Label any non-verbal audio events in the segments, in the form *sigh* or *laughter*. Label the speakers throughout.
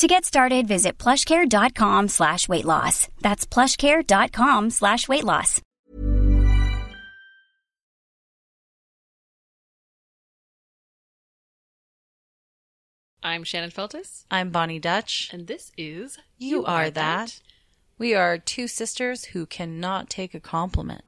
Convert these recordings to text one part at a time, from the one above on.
Speaker 1: To get started, visit plushcare.com slash weight loss. That's plushcare.com slash weight loss.
Speaker 2: I'm Shannon Feltis,
Speaker 3: I'm Bonnie Dutch.
Speaker 2: and this is
Speaker 3: You Are That. We are two sisters who cannot take a *laughs* compliment.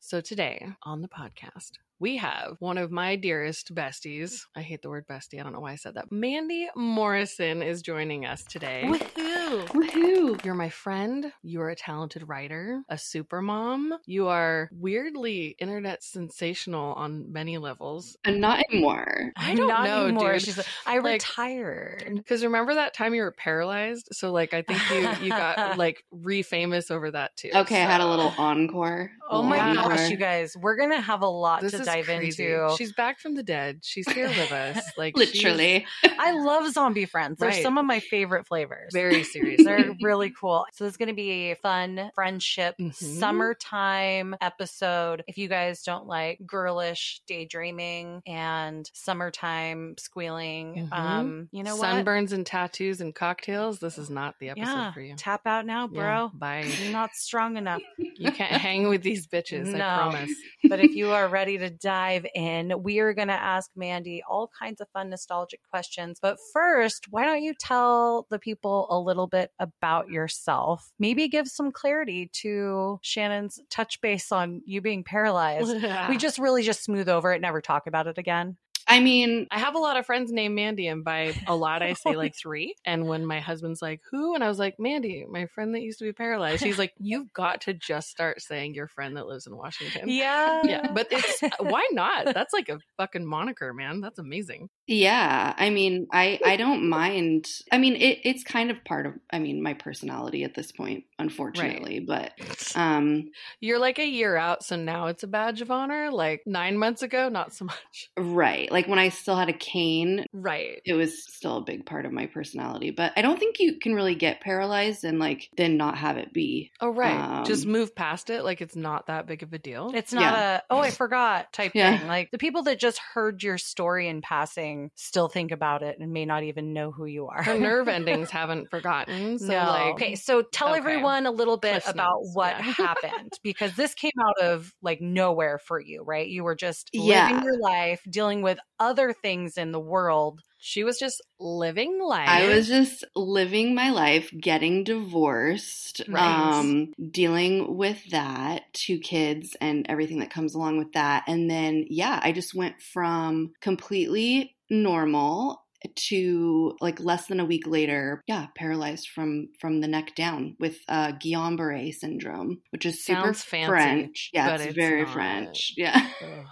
Speaker 2: So today on the podcast, we have one of my dearest besties. I hate the word bestie. I don't know why I said that. Mandy Morrison is joining us today.
Speaker 3: Woohoo!
Speaker 2: Woohoo! You're my friend. You are a talented writer, a super mom. You are weirdly internet sensational on many levels.
Speaker 4: And not anymore.
Speaker 2: I don't
Speaker 3: Not
Speaker 2: know,
Speaker 3: anymore.
Speaker 2: dude.
Speaker 3: She's like, I
Speaker 2: Like-
Speaker 3: retired.
Speaker 2: Because remember that time you were paralyzed? So like I think you you
Speaker 4: *laughs*
Speaker 2: got like re famous over that too.
Speaker 4: Okay, I had a
Speaker 2: So-
Speaker 4: little encore.
Speaker 3: Oh my
Speaker 2: Wow.
Speaker 3: gosh, you guys, we're gonna have a lot to dive into.
Speaker 2: She's back from the dead. She's here with us. Like she's
Speaker 4: Literally.
Speaker 3: *laughs* I love zombie friends. They're
Speaker 2: Right.
Speaker 3: some of my favorite flavors. *laughs*
Speaker 2: very serious.
Speaker 3: They're really cool. So this is going to be a fun friendship
Speaker 2: Mhm.
Speaker 3: summertime episode. If you guys don't like girlish daydreaming and summertime squealing,
Speaker 2: Mhm.
Speaker 3: um, you know what?
Speaker 2: Sunburns and tattoos and cocktails. This is not the episode
Speaker 3: Yeah,
Speaker 2: for you,
Speaker 3: tap out now,
Speaker 2: Yeah,
Speaker 3: bro.
Speaker 2: bye. *laughs*
Speaker 3: You're not strong enough.
Speaker 2: You
Speaker 3: *laughs*
Speaker 2: can't hang with these bitches.
Speaker 3: No.
Speaker 2: I promise.
Speaker 3: But if you are ready to dive in, we are going to ask Mandy all kinds of fun nostalgic questions. But first, why don't you tell the people a little bit about yourself? Maybe give some clarity to Shannon's touch base on you being
Speaker 4: *laughs*
Speaker 3: paralyzed. We just really just smooth over it, never talk about it again.
Speaker 4: I mean,
Speaker 2: I have a lot of friends named Mandy, and by a lot, I say
Speaker 3: *laughs*
Speaker 2: like three. And when my husband's like, Who? And I was like, Mandy, my friend that used to be paralyzed. He's like, You've got to just start saying your friend that lives in Washington.
Speaker 3: Yeah.
Speaker 2: Yeah, but it's uh, why not? That's like a fucking moniker, man. That's
Speaker 3: *laughs*
Speaker 2: amazing.
Speaker 4: yeah. I mean, I I don't mind. I mean, it, it's kind of part of. I mean, my personality at this point, unfortunately. But um,
Speaker 2: You're like a year out, so now it's a badge of honor. Like nine months ago, not so *laughs* much.
Speaker 4: right, like when I still had a cane,
Speaker 2: Right.
Speaker 4: it was still a big part of my personality. But I don't think you can really get paralyzed and like then not have it be.
Speaker 2: Oh, right. Just
Speaker 4: Um,
Speaker 2: move past it. Like it's not that big of a deal.
Speaker 3: It's not
Speaker 4: Yeah.
Speaker 3: a, oh, I forgot type
Speaker 4: Yeah.
Speaker 3: thing. Like the people that just heard your story in passing still think about it and may not even know who you
Speaker 2: *laughs*
Speaker 3: are.
Speaker 2: her
Speaker 3: *laughs*
Speaker 2: nerve endings haven't forgotten. So, like,
Speaker 3: okay, so tell
Speaker 2: okay.
Speaker 3: everyone a little bit
Speaker 2: Cliff
Speaker 3: about
Speaker 2: notes,
Speaker 3: what
Speaker 2: yeah. *laughs*
Speaker 3: happened because this came out of like nowhere for you, right? You were just
Speaker 4: Yeah.
Speaker 3: living your life, dealing with other things in the world.
Speaker 2: she was just living life.
Speaker 4: I was just living my life, getting divorced,
Speaker 2: Right.
Speaker 4: um, dealing with that, two kids, and everything that comes along with that. And then, yeah, I just went from completely normal to like less than a week later, yeah, paralyzed from from the neck down with uh, Guillain-Barré syndrome, which is super
Speaker 2: Sounds fancy,
Speaker 4: French. Yeah,
Speaker 2: but
Speaker 4: it's,
Speaker 2: it's
Speaker 4: very
Speaker 2: not.
Speaker 4: French. *laughs* Yeah.
Speaker 2: Ugh.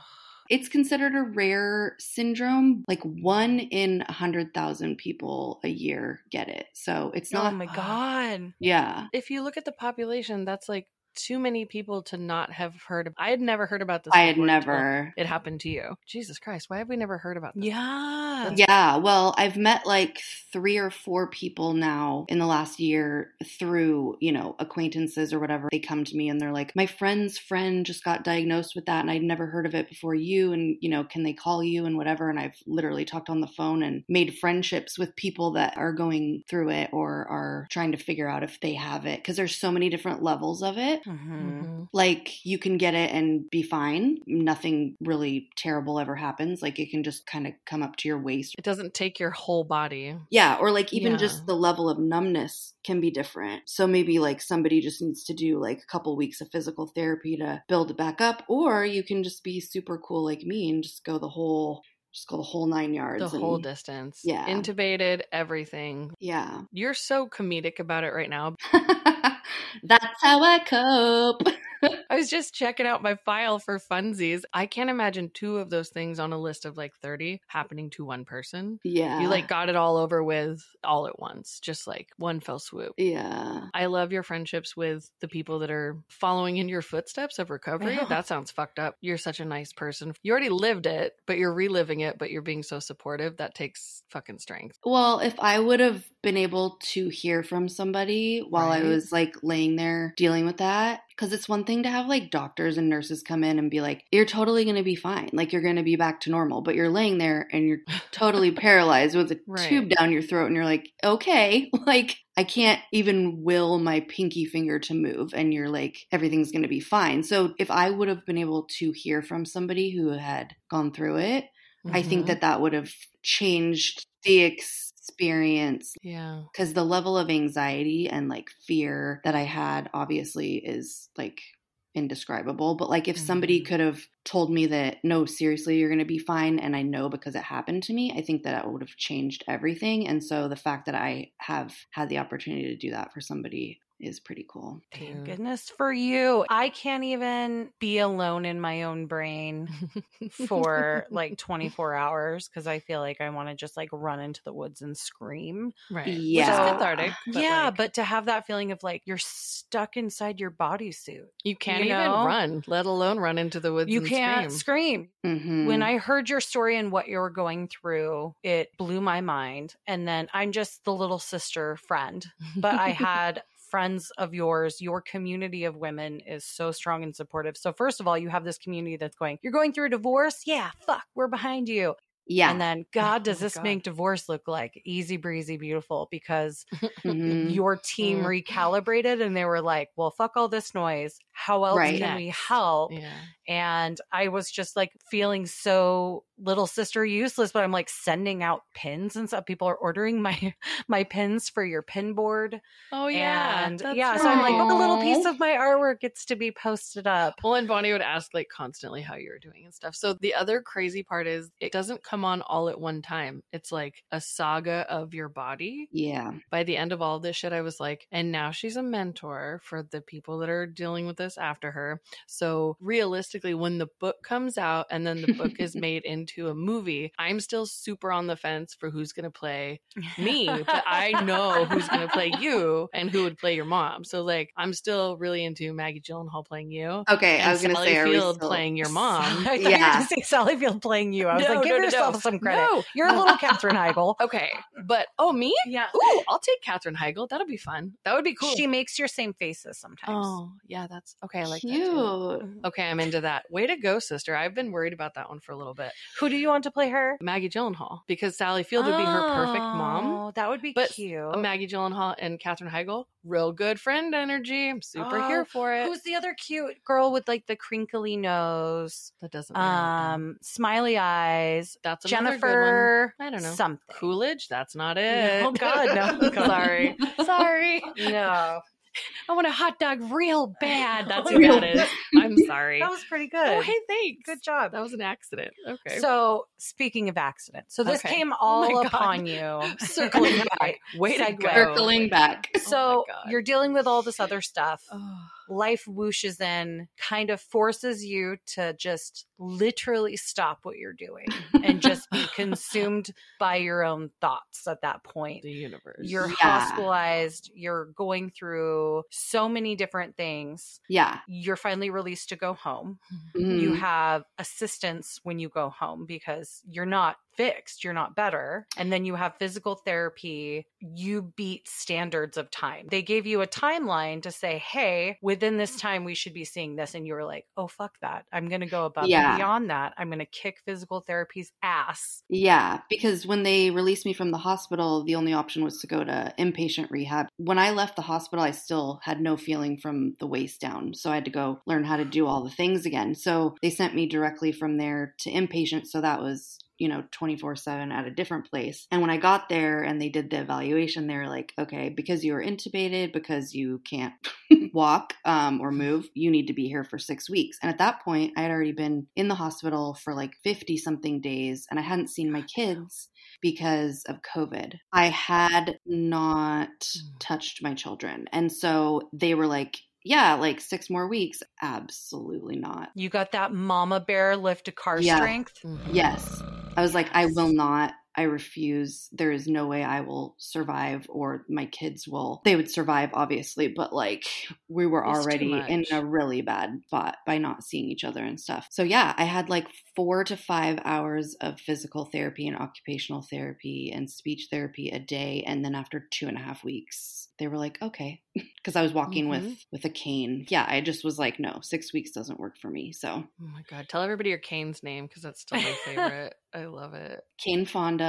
Speaker 4: It's considered a rare syndrome. Like one in a hundred thousand people a year get it. So it's
Speaker 3: oh
Speaker 4: not.
Speaker 3: my god.
Speaker 4: yeah.
Speaker 2: If you look at the population, that's like too many people to not have heard. Of. I had never heard about this.
Speaker 4: I had
Speaker 2: before until
Speaker 4: never.
Speaker 2: It happened to you. Jesus Christ! Why have we never heard about this?
Speaker 3: *gasps* Yeah.
Speaker 4: Yeah, well, I've met like three or four people now in the last year through, you know, acquaintances or whatever. They come to me and they're like, my friend's friend just got diagnosed with that and I'd never heard of it before you. And, you know, can they call you and whatever? And I've literally talked on the phone and made friendships with people that are going through it or are trying to figure out if they have it because there's so many different levels of it.
Speaker 3: Mhm.
Speaker 2: Mhm.
Speaker 4: Like you can get it and be fine. Nothing really terrible ever happens. Like it can just kind of come up to your waist
Speaker 2: It doesn't take your whole body.
Speaker 4: yeah, or like even
Speaker 2: Yeah.
Speaker 4: just the level of numbness can be different. So maybe like somebody just needs to do like a couple weeks of physical therapy to build it back up, or you can just be super cool like me and just go the whole just go the whole nine yards.
Speaker 2: The
Speaker 4: and-
Speaker 2: whole distance.
Speaker 4: Yeah.
Speaker 2: Intubated, everything.
Speaker 4: Yeah. *laughs*
Speaker 2: You're so comedic about it right now.
Speaker 4: That's how I cope.
Speaker 2: I was just checking out my file for funsies. I can't imagine two of those things on a list of like 30 happening to one person.
Speaker 4: Yeah.
Speaker 2: You like got it all over with all at once, just like one fell swoop.
Speaker 4: Yeah.
Speaker 2: I love your friendships with the people that are following in your footsteps of recovery.
Speaker 4: Yeah.
Speaker 2: That sounds fucked up. You're such a nice person. You already lived it, but you're reliving it, but you're being so supportive. That takes fucking strength.
Speaker 4: Well, if I would have been able to hear from somebody while I
Speaker 2: Right.
Speaker 4: was like laying there dealing with that, because it's one thing to have like doctors and nurses come in and be like, you're totally going to be fine. Like you're going to be back to normal, but you're laying there and
Speaker 2: *laughs*
Speaker 4: you're totally paralyzed with a
Speaker 2: Right.
Speaker 4: tube down your throat and you're like, okay, *laughs* like I can't even will my pinky finger to move and you're like, everything's going to be fine. So if I would have been able to hear from somebody who had gone through it, I think
Speaker 2: Mhm.
Speaker 4: that that would have changed the experience
Speaker 2: Yeah.
Speaker 4: because the level of anxiety and like fear that I had obviously is like indescribable. But like if somebody
Speaker 2: Mhm.
Speaker 4: could have told me that, no, seriously, you're going to be fine, and I know because it happened to me, I think that would have changed everything. And so the fact that I have had the opportunity to do that for somebody is pretty cool.
Speaker 3: Thank
Speaker 2: Dude.
Speaker 3: goodness for you. I can't even be alone in my own brain
Speaker 2: *laughs*
Speaker 3: *laughs* for like 24 hours because I feel like I want to just like run into the woods and scream.
Speaker 2: right. Which
Speaker 4: Yeah.
Speaker 2: is cathartic. But
Speaker 3: yeah,
Speaker 2: like,
Speaker 3: but to have that feeling of like you're stuck inside your bodysuit,
Speaker 2: you can't
Speaker 3: you
Speaker 2: even
Speaker 3: know?
Speaker 2: run, let alone run into the woods.
Speaker 3: you
Speaker 2: and
Speaker 3: can't
Speaker 2: scream.
Speaker 3: scream.
Speaker 4: Mhm.
Speaker 3: When I heard your story and what you were going through, it blew my mind. And then I'm just the little sister friend, but *laughs* I had friends of yours. Your community of women is so strong and supportive. So, first of all, you have this community that's going, You're going through a divorce? Yeah, fuck, we're behind you.
Speaker 4: yeah.
Speaker 3: And then, God,
Speaker 2: Oh
Speaker 3: does
Speaker 2: my
Speaker 3: this
Speaker 2: God.
Speaker 3: make divorce look like easy breezy beautiful? Because
Speaker 4: Mhm.
Speaker 3: your team
Speaker 2: Mm.
Speaker 3: recalibrated and they were like, Well, fuck all this noise. How else
Speaker 4: Right.
Speaker 3: can we help?
Speaker 2: Yeah.
Speaker 3: and I was just like feeling so little sister useless, but I'm like sending out pins and stuff. People are ordering my *laughs* my pins for your pin board.
Speaker 2: Oh, yeah.
Speaker 3: and
Speaker 2: That's
Speaker 3: yeah. So I'm like,
Speaker 2: right.
Speaker 3: oh, a little piece
Speaker 4: Aw.
Speaker 3: of my artwork gets to be posted up.
Speaker 2: Well, and Bonnie would ask like constantly how you were doing and stuff. So the other crazy part is it doesn't come on all at one time. It's like a saga of your body.
Speaker 4: yeah.
Speaker 2: By the end of all this shit, I was like, and now she's a mentor for the people that are dealing with this after her. So realistically, when the book comes out and then the book
Speaker 4: *laughs*
Speaker 2: is made into a movie, I'm still super on the fence for who's going to play *laughs* me, but
Speaker 4: *laughs*
Speaker 2: I know who's
Speaker 3: *laughs*
Speaker 2: going to play you and who would play your mom. So like, I'm still really into Maggie Gyllenhaal playing you.
Speaker 4: Okay.
Speaker 2: and
Speaker 4: I was going to
Speaker 2: Sally
Speaker 4: say, are we
Speaker 2: Field
Speaker 4: still-
Speaker 2: playing your
Speaker 3: I
Speaker 2: mom.
Speaker 4: *laughs*
Speaker 3: thought you were
Speaker 4: Yeah.
Speaker 3: going to say Sally Field playing you. I was
Speaker 2: No,
Speaker 3: like, give
Speaker 2: no, no,
Speaker 3: yourself
Speaker 2: no.
Speaker 3: some credit.
Speaker 2: No.
Speaker 3: You're *laughs* a little Katherine Heigl.
Speaker 2: Okay, but oh me?
Speaker 3: Yeah.
Speaker 2: Ooh, I'll take Katherine Heigl. That'll be fun. That would be cool.
Speaker 3: She makes your same faces sometimes. Mm-hmm.
Speaker 2: oh yeah, that's okay. I like
Speaker 4: Cute.
Speaker 2: that. Too. Okay, I'm into that. Way to go, sister. I've been worried about that one for a little bit.
Speaker 3: Who do you want to play her?
Speaker 2: Maggie Gyllenhaal, because Sally Field would be her perfect mom.
Speaker 3: Oh, That would be
Speaker 2: But
Speaker 3: cute.
Speaker 2: Maggie Gyllenhaal and Katherine Heigl, real good friend energy. I'm super here
Speaker 3: Oh,
Speaker 2: for it.
Speaker 3: Who's the other cute girl with like the crinkly nose,
Speaker 2: that doesn't matter.
Speaker 3: um, smiley eyes?
Speaker 2: that's another Good one.
Speaker 3: Jennifer.
Speaker 2: I don't know.
Speaker 3: Something.
Speaker 2: Coolidge, that's not it.
Speaker 3: No, oh, God,
Speaker 2: *laughs*
Speaker 3: no, God.
Speaker 2: Sorry. Sorry. *laughs*
Speaker 3: No,
Speaker 2: I want a hot dog real bad.
Speaker 3: *laughs*
Speaker 2: That's who
Speaker 4: Real
Speaker 2: that is. I'm sorry.
Speaker 3: that was pretty good.
Speaker 2: oh, hey, thanks.
Speaker 3: good job.
Speaker 2: That was an accident. Okay.
Speaker 3: So, speaking of accidents, so this
Speaker 2: Okay.
Speaker 3: came
Speaker 2: Oh
Speaker 3: all
Speaker 2: my *laughs* God.
Speaker 3: upon you.
Speaker 2: circling
Speaker 3: Right.
Speaker 2: back. Way to
Speaker 3: Segue.
Speaker 2: go.
Speaker 4: Circling back. *laughs*
Speaker 2: my
Speaker 3: *laughs* So
Speaker 2: God.
Speaker 3: you're dealing with all this other stuff.
Speaker 2: Oh.
Speaker 3: life whooshes in, kind of forces you to just literally stop what you're doing and just be consumed by your own thoughts at that point.
Speaker 2: the universe.
Speaker 3: You're
Speaker 4: Yeah.
Speaker 3: hospitalized, you're going through so many different things.
Speaker 4: Yeah.
Speaker 3: You're finally released to go home
Speaker 4: Mhm.
Speaker 3: you have assistance when you go home because you're not fixed, you're not better. And then you have physical therapy. You beat standards of time. They gave you a timeline to say, hey, within this time, we should be seeing this. And you were like, oh, fuck that. I'm going to go above
Speaker 4: Yeah.
Speaker 3: and beyond that. I'm going to kick physical therapy's ass.
Speaker 4: Yeah, because when they released me from the hospital, the only option was to go to inpatient rehab. When I left the hospital, I still had no feeling from the waist down. So I had to go learn how to do all the things again. So they sent me directly from there to inpatient. So that was, you know, 24 7 at a different place. And when I got there and they did the evaluation, they were like, okay, because you were intubated, because you can't walk um, or move, you need to be here for six weeks. And at that point, I had already been in the hospital for like 50 something days and I hadn't seen my kids because of COVID. I had not touched my children. And so they were like, yeah, like six more weeks. Absolutely not.
Speaker 3: You got that mama bear lift a car
Speaker 4: Yeah. Mm-hmm.
Speaker 3: strength.
Speaker 2: Mhm.
Speaker 4: Yes. I was like, I will not. I refuse. There is no way I will survive or my kids will. They would survive, obviously, but like we were
Speaker 2: It's too
Speaker 4: already in
Speaker 2: much.
Speaker 4: a really bad spot by not seeing each other and stuff. So, yeah, I had like four to five hours of physical therapy and occupational therapy and speech therapy a day. And then after two and a half weeks, they were like, okay, *laughs* because I was walking with
Speaker 2: Mm-hmm.
Speaker 4: with a cane. Yeah, I just was like, no, six weeks doesn't work for me. So,
Speaker 2: Oh my god! Tell everybody your Kane's name because that's still
Speaker 4: *laughs*
Speaker 2: my favorite. I love it.
Speaker 4: cane
Speaker 2: *gasps*
Speaker 4: fonda.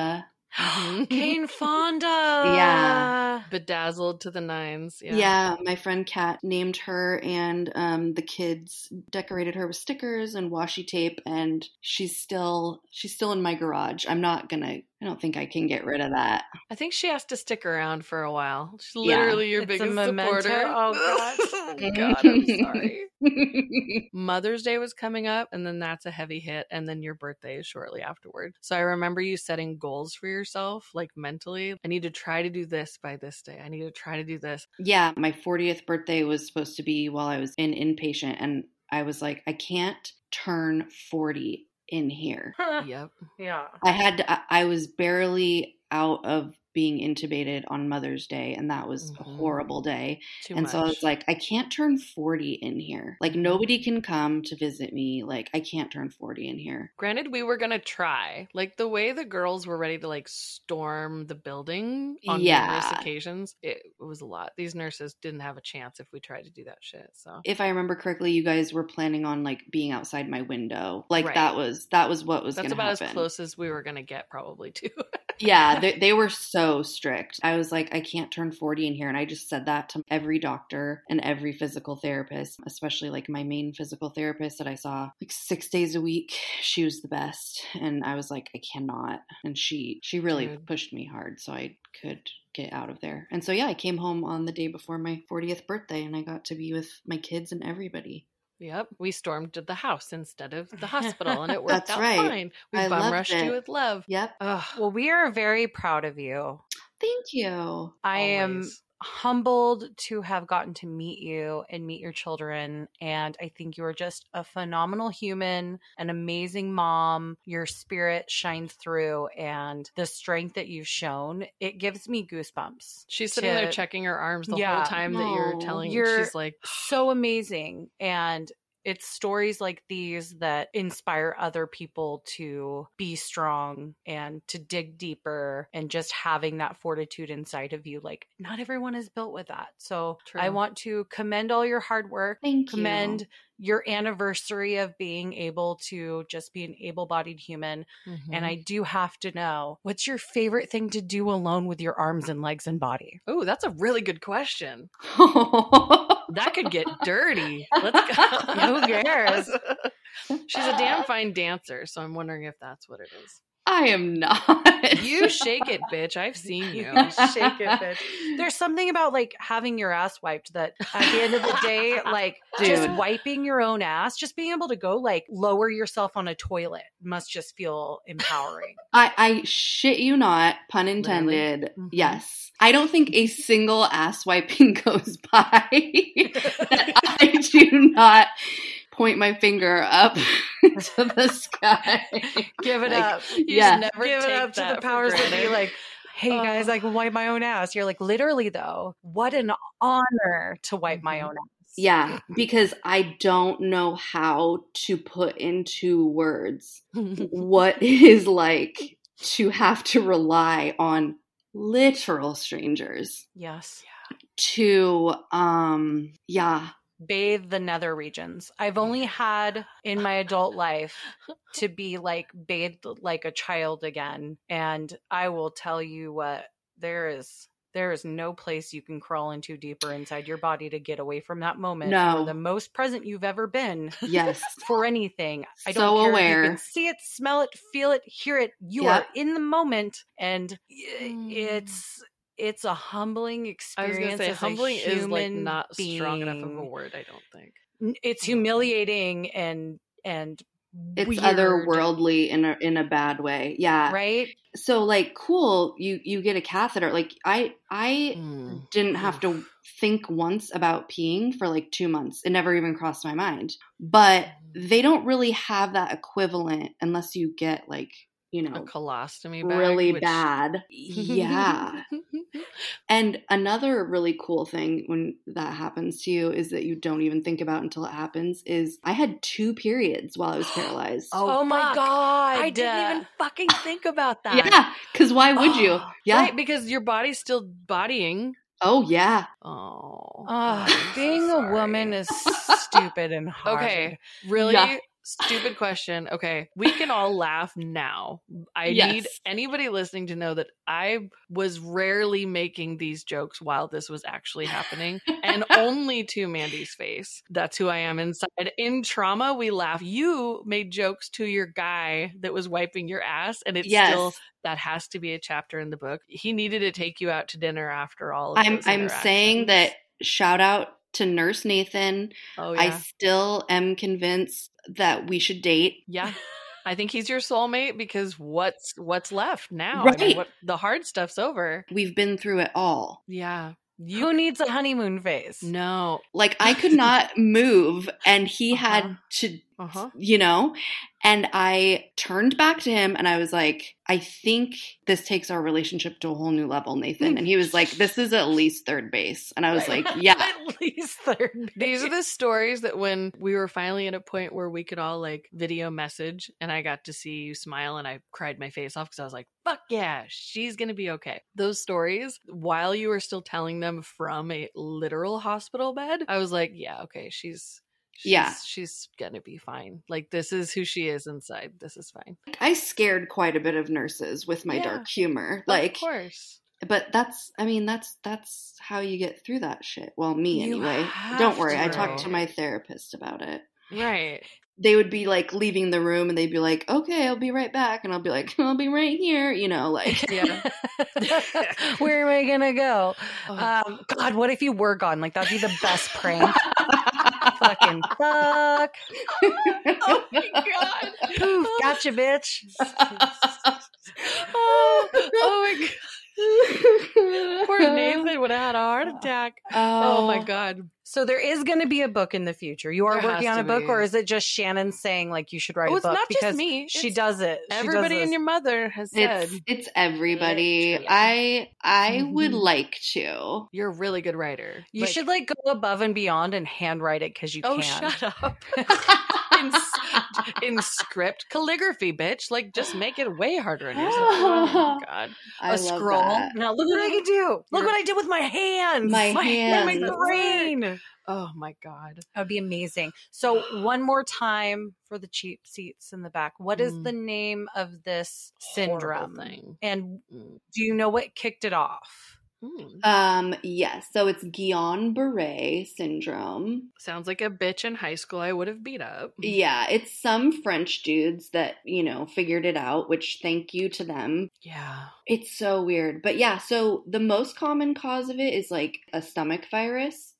Speaker 2: Mhm.
Speaker 4: *laughs*
Speaker 3: Kane Fonda.
Speaker 4: Yeah.
Speaker 2: Bedazzled to the nines.
Speaker 4: Yeah. my friend Kat named her, and um, the kids decorated her with stickers and washi tape, and she's still she's still in my garage. I'm not gonna. I don't think I can get rid of that. *laughs*
Speaker 2: I think she has to stick around for a while. She's
Speaker 4: Yeah.
Speaker 2: literally your
Speaker 3: It's a
Speaker 2: biggest
Speaker 3: memento.
Speaker 2: supporter.
Speaker 3: Oh, *laughs* God.
Speaker 2: Oh, God, I'm
Speaker 4: *laughs*
Speaker 2: sorry. Mother's Day was coming up, and then that's a heavy hit, and then your birthday is shortly afterward. So I remember you setting goals for yourself, like mentally. I need to try to do this by this day. I need to try to do this.
Speaker 4: yeah, my 40th birthday was supposed to be while I was in inpatient, and I was like, I can't turn 40 in here.
Speaker 2: Yep.
Speaker 3: *laughs* yeah.
Speaker 4: I had to, I- I was barely out of being intubated on Mother's Day, and that was a
Speaker 2: Mhm.
Speaker 4: horrible day.
Speaker 2: Too
Speaker 4: and
Speaker 2: much. Mm-hmm.
Speaker 4: so I was like, I can't turn 40 in here. Like, nobody can come to visit me. Like, I can't turn 40 in here.
Speaker 2: Granted, we were gonna try. Like the way the girls were ready to like storm the building on
Speaker 4: Yeah.
Speaker 2: numerous occasions, it was a lot. These nurses didn't have a chance if we tried to do that shit. So
Speaker 4: If I remember correctly, you guys were planning on like being outside my window. Like
Speaker 2: Right.
Speaker 4: that was that was what was going
Speaker 2: that's
Speaker 4: to
Speaker 2: about
Speaker 4: happen.
Speaker 2: as close as we were gonna get, probably too.
Speaker 4: yeah, they, they were so strict. I was like, I can't turn 40 in here. And I just said that to every doctor and every physical therapist, especially like my main physical therapist that I saw like six days a week. She was the best. And I was like, I cannot. And she, she really
Speaker 2: Dude.
Speaker 4: pushed me hard so I could get out of there. And so, yeah, I came home on the day before my 40th birthday and I got to be with my kids and everybody.
Speaker 2: *laughs* Yep, we stormed to the house instead of the hospital, and it worked
Speaker 4: That's
Speaker 2: out
Speaker 4: right.
Speaker 2: fine. We
Speaker 4: I
Speaker 2: bum
Speaker 4: loved
Speaker 2: rushed you
Speaker 4: it.
Speaker 2: with love.
Speaker 4: Yep.
Speaker 2: Ugh,
Speaker 3: Well, we are very proud of you.
Speaker 4: Thank you.
Speaker 3: I am
Speaker 2: always.
Speaker 3: humbled to have gotten to meet you and meet your children. And I think you are just a phenomenal human, an amazing mom. Your spirit shines through, and the strength that you've shown, it gives me goosebumps.
Speaker 2: She's sitting there
Speaker 3: to-
Speaker 2: checking her arms the
Speaker 3: Yeah.
Speaker 2: whole time that you're
Speaker 4: No.
Speaker 2: telling.
Speaker 3: You're-
Speaker 2: she's like,
Speaker 3: So amazing. And it's stories like these that inspire other people to be strong and to dig deeper and just having that fortitude inside of you. Like, not everyone is built with that. So, I
Speaker 2: True.
Speaker 3: want to commend all your hard work
Speaker 4: Thank you. *laughs*
Speaker 3: commend your anniversary of being able to just be an able-bodied human and
Speaker 2: Mm-hmm.
Speaker 3: i do have to know what's your favorite thing to do alone with your arms and legs and body
Speaker 2: oh, that's a really good question. That could get dirty. Let's go.
Speaker 3: *laughs* Who cares?
Speaker 2: *laughs* She's a damn fine dancer, so I'm wondering if that's what it is.
Speaker 4: I am not.
Speaker 2: You shake it, bitch. I've
Speaker 3: *laughs*
Speaker 2: seen you.
Speaker 3: Shake it, bitch. There's something about like having your ass wiped that at the end of the day,
Speaker 2: *laughs*
Speaker 3: like just
Speaker 4: Dude.
Speaker 3: wiping your own ass, just being able to go like lower yourself on a toilet must just feel empowering.
Speaker 4: *laughs* I, I shit you not, pun intended.
Speaker 3: Mm-hmm.
Speaker 2: Mhm.
Speaker 4: Yes. I don't think a single ass wiping *laughs* goes by that I do not point my finger up *laughs* to the sky.
Speaker 3: Give it
Speaker 4: Like,
Speaker 3: up.
Speaker 2: You
Speaker 4: Yeah.
Speaker 2: just never
Speaker 3: Give it
Speaker 2: take
Speaker 3: up to
Speaker 2: that
Speaker 3: the
Speaker 2: for
Speaker 3: powers that be
Speaker 2: granted.
Speaker 3: like, hey
Speaker 2: Oh.
Speaker 3: guys, I can wipe my own ass. You're like, literally though, what an honor to wipe
Speaker 2: Mm-hmm.
Speaker 3: my own ass.
Speaker 4: Yeah, because I don't know how to put into words
Speaker 3: *laughs*
Speaker 4: what it is like to have to rely on literal strangers
Speaker 3: Yes.
Speaker 4: to um yeah
Speaker 3: bathe the nether regions. I've only had in my adult *laughs* life to be like bathed like a child again. And I will tell you what, there is there is no place you can crawl into deeper inside your body to get away from that moment.
Speaker 4: No.
Speaker 3: Or the most present you've ever been
Speaker 2: *laughs*
Speaker 4: yes
Speaker 3: for anything. I don't
Speaker 4: So
Speaker 3: care If you
Speaker 4: aware.
Speaker 3: can see it, smell it, feel it, hear it. You
Speaker 4: Yeah.
Speaker 3: are in the moment and y-
Speaker 2: Mm.
Speaker 3: it's it's a
Speaker 2: I
Speaker 3: humbling
Speaker 2: was
Speaker 3: experience.
Speaker 2: gonna say
Speaker 3: as a
Speaker 2: humbling is like
Speaker 3: human
Speaker 2: not strong enough of a
Speaker 3: being
Speaker 2: word. Mm-hmm. I don't think.
Speaker 3: n- it's humiliating and and
Speaker 4: it's
Speaker 3: weird,
Speaker 4: otherworldly in a in a bad way yeah
Speaker 3: right
Speaker 4: so like cool you you get a catheter like i i
Speaker 2: Mm-hmm. Hmm.
Speaker 4: didn't have to think once about peeing for like two months. It never even crossed my mind. But
Speaker 2: Mm-hmm.
Speaker 4: they don't really have that equivalent unless you get like, you
Speaker 2: A
Speaker 4: know,
Speaker 2: colostomy bag,
Speaker 4: really
Speaker 2: which-
Speaker 4: bad.
Speaker 2: *laughs*
Speaker 4: Yeah. and another really cool thing when that happens to you is that you don't even think about until it happens is I had two periods while
Speaker 2: *gasps*
Speaker 4: I was paralyzed.
Speaker 3: oh, my
Speaker 2: fuck.
Speaker 3: god
Speaker 2: I didn't even fucking think about that.
Speaker 4: yeah. Cause why would you?
Speaker 2: *gasps*
Speaker 4: Yeah.
Speaker 2: Right, because your body's still bodying.
Speaker 4: Oh yeah.
Speaker 2: Oh, I'm
Speaker 3: Ugh,
Speaker 2: so
Speaker 3: being a
Speaker 2: sorry.
Speaker 3: woman is
Speaker 2: *laughs*
Speaker 3: stupid and hard
Speaker 2: Okay, really
Speaker 4: Yeah.
Speaker 2: stupid question. Okay, we can all laugh now. I
Speaker 4: Yes.
Speaker 2: need anybody listening to know that I was rarely making these jokes while this was actually happening,
Speaker 4: *laughs*
Speaker 2: and only to Mandy's face. That's who I am inside. In trauma, we laugh. You made jokes to your guy that was wiping your ass, and it's
Speaker 4: yes.
Speaker 2: still that has to be a chapter in the book. He needed to take you out to dinner after all. Of
Speaker 4: I'm
Speaker 2: those
Speaker 4: I'm saying that
Speaker 2: interactions.
Speaker 4: shout out to Nurse Nathan.
Speaker 2: Oh
Speaker 4: I
Speaker 2: yeah,
Speaker 4: still am convinced that we should date. *laughs*
Speaker 2: yeah. I think he's your soulmate because what's what's left now? I mean,
Speaker 4: Right.
Speaker 2: what, the hard stuff's over.
Speaker 4: We've been through it all.
Speaker 2: Yeah.
Speaker 3: who needs a honeymoon phase
Speaker 2: No.
Speaker 4: Like I
Speaker 2: *laughs*
Speaker 4: could not move and he
Speaker 2: Uh-huh.
Speaker 4: had to
Speaker 2: Uh huh.
Speaker 4: you know, and I turned back to him and I was like, I think this takes our relationship to a whole new level, Nathan. And he was like, this is at least third base. And I
Speaker 3: *laughs*
Speaker 4: was like, yeah.
Speaker 3: at least third *laughs*
Speaker 2: These are the stories that when we were finally at a point where we could all like video message and I got to see you smile and I cried my face off because I was like, fuck yeah, she's going to be okay. Those stories, while you were still telling them from a literal hospital bed, I was like, yeah, okay, she's. she's-
Speaker 4: Yeah.
Speaker 2: She's going to be fine. Like, this is who she is inside. This is fine.
Speaker 4: I scared quite a bit of nurses with my
Speaker 2: Yeah.
Speaker 4: dark humor. Like
Speaker 2: of course.
Speaker 4: but that's I mean, that's that's how you get through that shit. Well, me
Speaker 2: You
Speaker 4: anyway.
Speaker 2: have
Speaker 4: Don't worry,
Speaker 2: to.
Speaker 4: I talked to my therapist about it.
Speaker 2: Right.
Speaker 4: they would be like leaving the room and they'd be like, okay, I'll be right back. And I'll be like, I'll be right here. You know,
Speaker 2: *laughs*
Speaker 4: like,
Speaker 2: Yeah.
Speaker 3: *laughs* where am i gonna go
Speaker 2: Oh.
Speaker 3: um god what if you were gone like that'd be the best
Speaker 2: *laughs*
Speaker 3: prank fucking fuck
Speaker 2: oh my God.
Speaker 3: Poof, gotcha bitch
Speaker 2: oh, oh my God. Poor
Speaker 4: *laughs*
Speaker 2: Nathan would have had a heart attack. Oh, my god.
Speaker 3: So there is going to be a book in the future. You are
Speaker 2: There
Speaker 3: working
Speaker 2: has
Speaker 3: on
Speaker 2: to
Speaker 3: a book,
Speaker 2: be.
Speaker 3: or is it just Shannon saying like you should write
Speaker 2: Oh,
Speaker 3: a
Speaker 2: it's
Speaker 3: book?
Speaker 2: not just
Speaker 3: because
Speaker 2: me.
Speaker 3: She
Speaker 2: It's
Speaker 3: does it. She does
Speaker 2: Everybody
Speaker 3: this.
Speaker 2: and your mother has said
Speaker 4: It's, it's everybody.
Speaker 2: Literally.
Speaker 4: I I would
Speaker 2: Mm-hmm.
Speaker 3: Mhm.
Speaker 4: like to.
Speaker 2: you're a really good writer.
Speaker 3: You should like go above and beyond and handwrite it because you
Speaker 2: Oh,
Speaker 3: can.
Speaker 2: shut
Speaker 3: *laughs*
Speaker 2: up. in, s- in script calligraphy, bitch. Like just make it way harder on yourself.
Speaker 3: *laughs*
Speaker 2: Oh
Speaker 4: *gasps*
Speaker 2: my god.
Speaker 4: I
Speaker 2: A
Speaker 4: love
Speaker 2: scroll.
Speaker 4: that.
Speaker 3: Now look what I can do. Look
Speaker 2: Your-
Speaker 3: what I did with my hands. *laughs*
Speaker 4: My
Speaker 3: my
Speaker 4: hands.
Speaker 3: brain. That
Speaker 2: Oh my god.
Speaker 3: would be amazing. So one more time for the cheap seats in the back. What is
Speaker 2: Mm.
Speaker 3: the name of this
Speaker 2: Horrible
Speaker 3: syndrome?
Speaker 2: thing.
Speaker 3: And
Speaker 2: Mm.
Speaker 3: do you know what kicked it off?
Speaker 2: Mm.
Speaker 4: Um, yes. So it's Guillain Barre syndrome.
Speaker 2: Sounds like a bitch in high school I would have beat up.
Speaker 3: E
Speaker 4: Yeah, it's some French dudes that, you know, figured it out, which thank you to them.
Speaker 2: Yeah.
Speaker 4: It's so weird. But yeah, so the most common cause of it is like a stomach virus.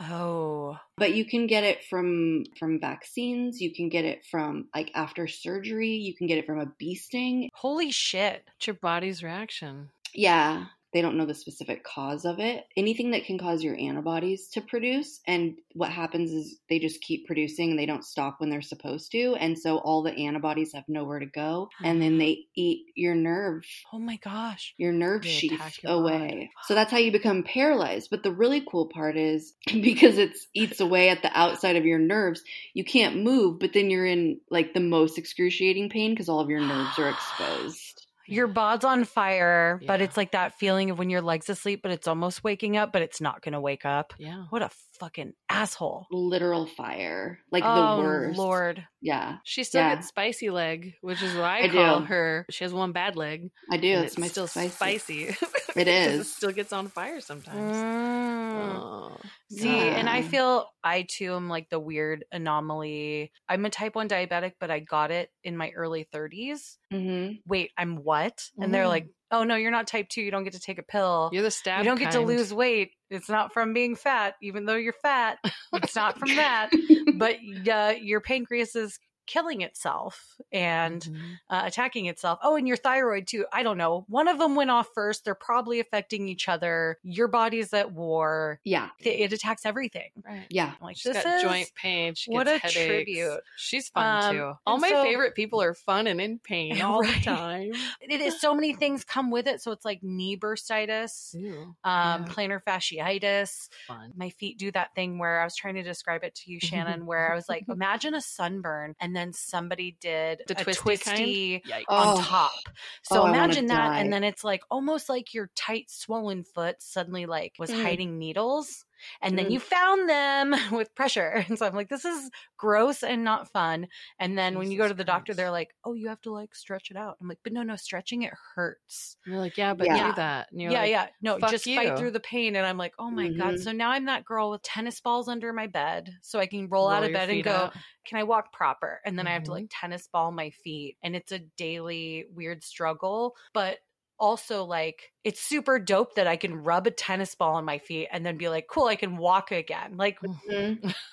Speaker 3: Oh,
Speaker 4: But you can get it from from vaccines, you can get it from like after surgery, you can get it from a bee sting.
Speaker 3: holy shit.
Speaker 2: It's your body's reaction.
Speaker 4: Yeah, they don't know the specific cause of it. Anything that can cause your antibodies to produce. And what happens is they just keep producing and they don't stop when they're supposed to. And so all the antibodies have nowhere to go. And
Speaker 2: *gasps*
Speaker 4: then they eat your nerve.
Speaker 2: Oh my gosh.
Speaker 4: Your nerve
Speaker 2: They
Speaker 4: sheath
Speaker 2: attack your
Speaker 4: away.
Speaker 2: body.
Speaker 4: So that's how you become paralyzed. But the really cool part is *laughs* because it eats away at the outside of your nerves, you can't move, but then you're in like the most excruciating pain because all of your
Speaker 2: *gasps*
Speaker 4: nerves are exposed.
Speaker 3: Your bod's on fire, but
Speaker 2: Yeah.
Speaker 3: it's like that feeling of when your leg's asleep, but it's almost waking up, but it's not going to wake up.
Speaker 2: Yeah.
Speaker 3: What a fucking asshole.
Speaker 4: Literal fire. Like
Speaker 3: oh,
Speaker 4: the worst.
Speaker 3: Lord. *laughs*
Speaker 4: Yeah.
Speaker 2: She still
Speaker 4: Yeah.
Speaker 2: gets spicy leg, which is what I,
Speaker 4: I
Speaker 2: call
Speaker 4: do.
Speaker 2: her. She has one bad leg.
Speaker 4: I do.
Speaker 2: and
Speaker 4: It's, my
Speaker 2: still spicy. *laughs*
Speaker 4: It
Speaker 2: 'Cause It
Speaker 4: is.
Speaker 2: still gets on fire sometimes.
Speaker 3: Mm.
Speaker 2: Oh.
Speaker 3: See, and I
Speaker 4: Yeah.
Speaker 3: feel I too am like the weird anomaly. I'm a type 1 diabetic, but I got it in my early 30s.
Speaker 4: Mm-hmm.
Speaker 3: Wait, I'm what? And they're
Speaker 2: Mhm.
Speaker 3: like, oh no, you're not type 2. You don't get to take a pill.
Speaker 2: You're the stab.
Speaker 3: you don't get to
Speaker 2: kind.
Speaker 3: lose weight. It's not from being fat, even though you're fat. It's not from
Speaker 4: *laughs*
Speaker 3: that. but uh, your pancreas is killing itself and
Speaker 2: Mhm.
Speaker 3: uh, attacking itself. Oh, and your thyroid too. I don't know. One of them went off first. They're probably affecting each other. Your body's at war.
Speaker 4: Yeah.
Speaker 3: Th- It attacks everything.
Speaker 2: Right.
Speaker 4: Yeah.
Speaker 3: I'm like
Speaker 2: She's
Speaker 3: this
Speaker 2: got
Speaker 3: is
Speaker 2: joint pain. She
Speaker 3: what
Speaker 2: gets
Speaker 3: a
Speaker 2: headaches.
Speaker 3: tribute.
Speaker 2: She's fun
Speaker 3: Um,
Speaker 2: too. All
Speaker 3: and
Speaker 2: my
Speaker 3: so-
Speaker 2: favorite people are fun and in
Speaker 3: *laughs*
Speaker 2: pain all the
Speaker 3: Right.
Speaker 2: time.
Speaker 3: It is so many things come with it. So it's like knee bursitis,
Speaker 2: Ew,
Speaker 3: um,
Speaker 2: Yeah.
Speaker 3: plantar fasciitis,
Speaker 2: fun.
Speaker 3: my feet do that thing where I was trying to describe
Speaker 2: *laughs*
Speaker 3: it to you, Shannon, where I was like, imagine a sunburn and then somebody did
Speaker 2: The
Speaker 3: a
Speaker 2: twisty,
Speaker 3: twisty,
Speaker 2: Yikes.
Speaker 3: on
Speaker 4: Oh.
Speaker 3: top. So
Speaker 4: Oh, I wanna
Speaker 3: imagine that.
Speaker 4: die.
Speaker 3: And then it's like almost like your tight, swollen foot suddenly like was
Speaker 4: Mm.
Speaker 3: hiding needles. And
Speaker 2: Mm.
Speaker 3: then you found them *laughs* with pressure. And so I'm like, this is gross and not fun. And then when you go
Speaker 2: Jesus
Speaker 3: to the doctor,
Speaker 2: Christ.
Speaker 3: they're like, oh, you have to like stretch it out. I'm like, but no, no, stretching it hurts
Speaker 2: And You're like, yeah, but
Speaker 4: Yeah.
Speaker 2: do that. And you're
Speaker 3: yeah,
Speaker 2: like,
Speaker 3: yeah. No,
Speaker 2: "Fuck
Speaker 3: just fight
Speaker 2: you." Mm-hmm.
Speaker 3: through the pain. And I'm like, oh my God.
Speaker 4: Mhm.
Speaker 3: So now I'm that girl with tennis balls under my bed. So I can roll, out of
Speaker 2: your
Speaker 3: bed and
Speaker 2: feet
Speaker 3: go,
Speaker 2: up.
Speaker 3: can I walk proper? And then I have to
Speaker 2: Mhm.
Speaker 3: like tennis ball my feet. And it's a daily weird struggle. But also, like, it's super dope that I can rub a tennis ball on my feet and then be like, cool, I can walk again. Like,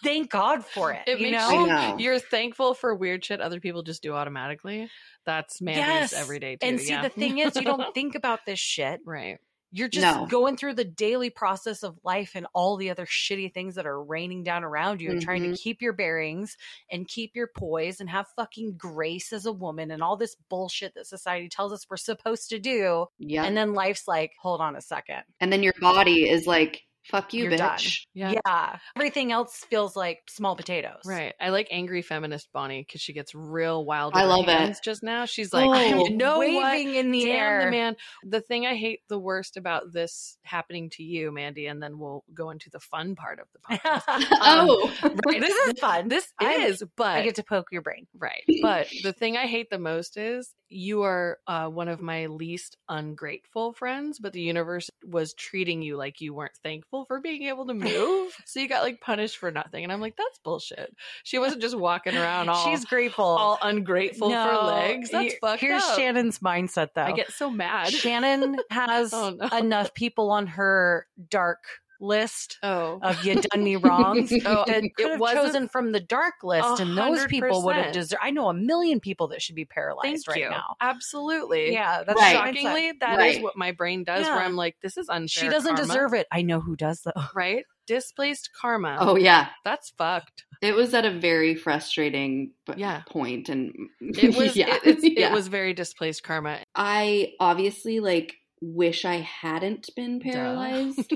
Speaker 3: thank God for it.
Speaker 2: Mm. It
Speaker 3: you
Speaker 2: makes
Speaker 3: know?
Speaker 4: I know.
Speaker 2: Mm-hmm. Oh, You're thankful for weird shit other people just do automatically. That's Mandy's every day too.
Speaker 3: And see,
Speaker 2: yeah.
Speaker 3: the thing is, you don't think about this shit.
Speaker 2: *laughs* right.
Speaker 3: You're just
Speaker 4: No.
Speaker 3: going through the daily process of life and all the other shitty things that are raining down around you and trying
Speaker 2: Mm-hmm.
Speaker 3: to keep your bearings and keep your poise and have fucking grace as a woman and all this bullshit that society tells us we're supposed to do.
Speaker 4: Yeah.
Speaker 3: And then life's like, hold on a second.
Speaker 4: And then your body is like, fuck you,
Speaker 3: You're
Speaker 4: bitch.
Speaker 3: done.
Speaker 2: Yeah.
Speaker 3: Everything else feels like small potatoes.
Speaker 2: Right. I like angry feminist Bonnie because she gets real wild. with
Speaker 4: I
Speaker 2: her
Speaker 4: love it.
Speaker 2: hands Just now, she's like,
Speaker 4: Oh.
Speaker 2: *laughs* you know what?
Speaker 3: Waving in the
Speaker 2: Damn
Speaker 3: air.
Speaker 2: the *laughs*
Speaker 3: *laughs*
Speaker 2: man. The thing I hate the worst about this happening to you, Mandy, and then we'll go into the fun part
Speaker 3: *laughs*
Speaker 2: of the podcast.
Speaker 4: oh.
Speaker 2: Um, right.
Speaker 3: This is fun.
Speaker 2: This
Speaker 3: I'm-
Speaker 2: is, but
Speaker 3: I get to poke your brain. *laughs*
Speaker 2: Right. But the thing I hate the most is you are uh, one of my least ungrateful friends, but the universe was treating you like you weren't thankful for being able to move.
Speaker 3: *laughs*
Speaker 2: so you got like punished for nothing. And I'm like, that's bullshit. She wasn't just walking around all,
Speaker 3: She's grateful.
Speaker 2: all ungrateful
Speaker 3: No,
Speaker 2: for legs. That's
Speaker 3: he-
Speaker 2: fucked
Speaker 3: Here's
Speaker 2: up.
Speaker 3: Shannon's mindset though.
Speaker 2: I get so mad. *laughs*
Speaker 3: Shannon has
Speaker 2: Oh, no.
Speaker 3: enough people on her dark list
Speaker 2: oh.
Speaker 3: of you
Speaker 2: *laughs*
Speaker 3: done me wrongs.
Speaker 2: Oh,
Speaker 3: That could have
Speaker 2: wasn't-
Speaker 3: chosen from the dark list, and those people would have
Speaker 2: 100%.
Speaker 3: deserved. I know a million people that should be paralyzed
Speaker 2: Thank
Speaker 3: right
Speaker 2: you.
Speaker 3: now.
Speaker 2: Absolutely.
Speaker 3: Yeah, that's
Speaker 4: Right.
Speaker 3: her mindset.
Speaker 2: Shockingly, that is
Speaker 4: Right.
Speaker 2: what my brain does. Where
Speaker 3: Yeah.
Speaker 2: I'm like, this is unfair.
Speaker 3: She doesn't
Speaker 2: karma,
Speaker 3: deserve it. I know who does though. *laughs*
Speaker 2: right? Displaced karma.
Speaker 4: *laughs* oh, yeah.
Speaker 2: that's fucked.
Speaker 4: *laughs* It was at a very frustrating b-
Speaker 2: Yeah.
Speaker 4: point. And *laughs*
Speaker 2: It was
Speaker 4: yeah.
Speaker 2: it, it's,
Speaker 4: Yeah.
Speaker 2: it was very displaced karma.
Speaker 4: I obviously like wish I hadn't been
Speaker 2: Duh. *laughs*
Speaker 4: paralyzed,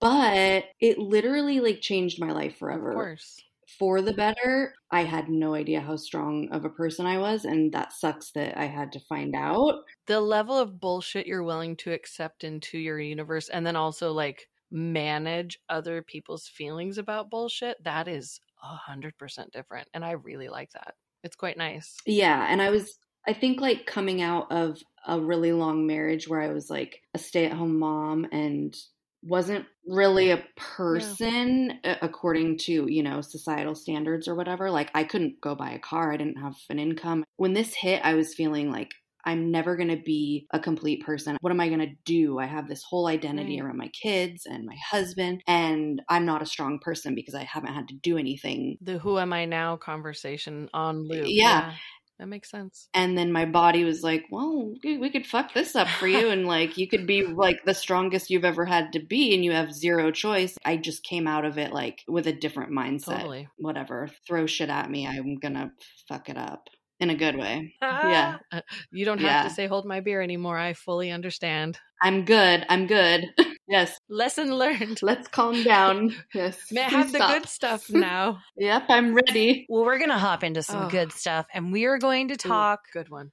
Speaker 4: but it literally like changed my life forever.
Speaker 2: Of course.
Speaker 4: for the better. I had no idea how strong of a person I was, and that sucks that I had to find out.
Speaker 2: The level of bullshit you're willing to accept into your universe and then also like manage other people's feelings about bullshit, that is a hundred percent different. And I really like that. It's quite nice.
Speaker 4: Yeah, and I was, I think, like coming out of a really long marriage where I was like a stay at home mom and wasn't really a person uh, according to, you know, societal standards or whatever. Like I couldn't go buy a car, I didn't have an income. When this hit, I was feeling like I'm never going to be a complete person. What am I going to do? I have this whole identity
Speaker 3: Right.
Speaker 4: around my kids and my husband, and I'm not a strong person because I haven't had to do anything
Speaker 2: The who am I now conversation on loop.
Speaker 4: Yeah.
Speaker 2: That makes sense.
Speaker 4: and then my body was like well we we could fuck this up for you and like you could be like the strongest you've ever had to be and you have zero choice i just came out of it like with a different mindset
Speaker 2: Totally.
Speaker 4: whatever throw shit at me i'm gonna fuck it up in a good way yeah
Speaker 2: Uh, You don't have
Speaker 4: Yeah.
Speaker 2: to say hold my beer anymore. I fully understand.
Speaker 4: i'm good i'm good *laughs* yes
Speaker 2: Lesson learned.
Speaker 4: let's calm down yes
Speaker 2: *laughs* May I
Speaker 4: Please
Speaker 2: have the
Speaker 4: stop.
Speaker 2: good *laughs* stuff now.
Speaker 4: yep i'm ready
Speaker 3: Well, we're going to hop into some
Speaker 2: Oh.
Speaker 3: good stuff and we are going to talk
Speaker 2: Good one.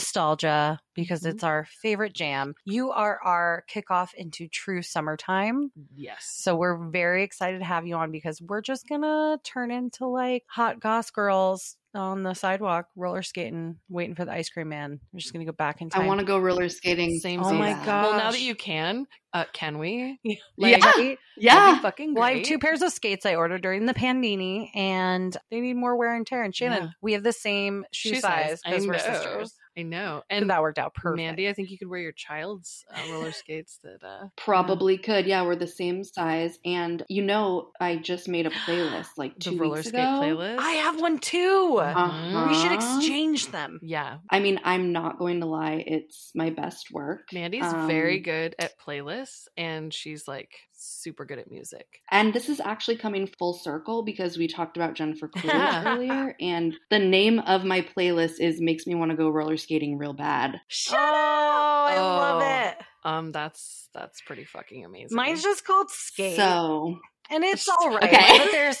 Speaker 3: nostalgia because it's our favorite jam. You are our kickoff into true summertime.
Speaker 2: Yes.
Speaker 3: So we're very excited to have you on because we're just going to turn into like hot goss girls on the sidewalk, roller skating, waiting for the ice cream man. We're just going to go back in time.
Speaker 4: i want to go roller skating
Speaker 2: Same.
Speaker 3: Oh my
Speaker 4: Yeah.
Speaker 3: god!
Speaker 2: Well, now that you can, uh, can we? *laughs*
Speaker 3: like,
Speaker 4: Yeah.
Speaker 3: yeah.
Speaker 2: That'd
Speaker 4: yeah
Speaker 2: be fucking
Speaker 3: Well, I have
Speaker 2: great.
Speaker 3: two pairs of skates I ordered during the pandemini, and they need more wear and tear. And Shannon,
Speaker 2: Yeah.
Speaker 3: we have the same shoe, size
Speaker 2: I
Speaker 3: because we're
Speaker 2: know.
Speaker 3: sisters.
Speaker 2: I know.
Speaker 3: And
Speaker 2: And
Speaker 3: that worked out perfect.
Speaker 2: Mandy, I think you could wear your child's uh, roller skates. That uh,
Speaker 4: Probably could. Yeah, we're the same size. And you know, I just made a
Speaker 2: *gasps*
Speaker 4: playlist like
Speaker 2: the
Speaker 4: two
Speaker 2: roller
Speaker 4: weeks
Speaker 2: skate
Speaker 4: ago.
Speaker 2: playlist.
Speaker 3: I have one too.
Speaker 4: Uh-huh.
Speaker 3: We should exchange them.
Speaker 2: Yeah,
Speaker 4: I mean, I'm not going to lie. It's my best work.
Speaker 2: Mandy's very
Speaker 4: Um,
Speaker 2: good at playlists, and she's like super good at music.
Speaker 4: And this is actually coming full circle because we talked about
Speaker 2: *laughs*
Speaker 4: Jennifer Coolidge earlier. And the name of my playlist is Makes Me Want to Go Roller Skating Real Bad.
Speaker 3: oh, I love
Speaker 2: Oh.
Speaker 3: it.
Speaker 2: Um, that's that's pretty fucking amazing.
Speaker 3: Mine's just called skate,
Speaker 4: So,
Speaker 3: and it's all right.
Speaker 4: Okay.
Speaker 3: But
Speaker 2: *laughs*
Speaker 3: there's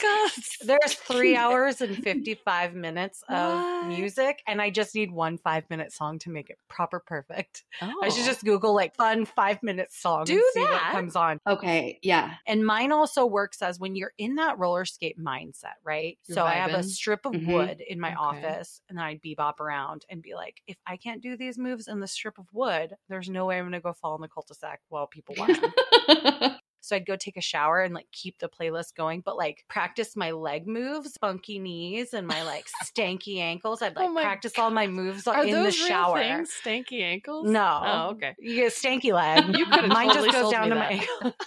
Speaker 3: there's three hours and fifty five minutes of
Speaker 2: What?
Speaker 3: music, and I just need one five minute song to make it proper perfect.
Speaker 2: Oh.
Speaker 3: I should just Google like fun five minute song.
Speaker 2: Do
Speaker 3: and see
Speaker 2: that.
Speaker 3: what comes on.
Speaker 4: okay. Yeah. *laughs*
Speaker 3: And mine also works as when you're in that roller skate mindset, right?
Speaker 2: You're
Speaker 3: so I have a
Speaker 2: vibing. Mm-hmm.
Speaker 3: strip of
Speaker 4: Mhm.
Speaker 3: wood in my
Speaker 2: Okay.
Speaker 3: office and I'd bebop around and be like, if I can't do these moves in the strip of wood, there's no way I'm going to go fall in the cul de sac while people watch.
Speaker 2: *laughs*
Speaker 3: me." so I'd go take a shower and like keep the playlist going, but like practice my leg moves, funky knees, and
Speaker 2: *laughs*
Speaker 3: my like stanky ankles. I'd
Speaker 2: Oh
Speaker 3: like
Speaker 2: my
Speaker 3: practice all my moves
Speaker 2: Are
Speaker 3: in the
Speaker 2: those real
Speaker 3: shower.
Speaker 2: things? Stanky ankles?
Speaker 3: No.
Speaker 2: Oh,
Speaker 3: *laughs*
Speaker 2: okay.
Speaker 3: You get stanky leg.
Speaker 2: You could have
Speaker 3: Mine
Speaker 2: totally
Speaker 3: just goes
Speaker 2: sold
Speaker 3: down
Speaker 2: me
Speaker 3: to
Speaker 2: that.
Speaker 3: my ankle. *laughs*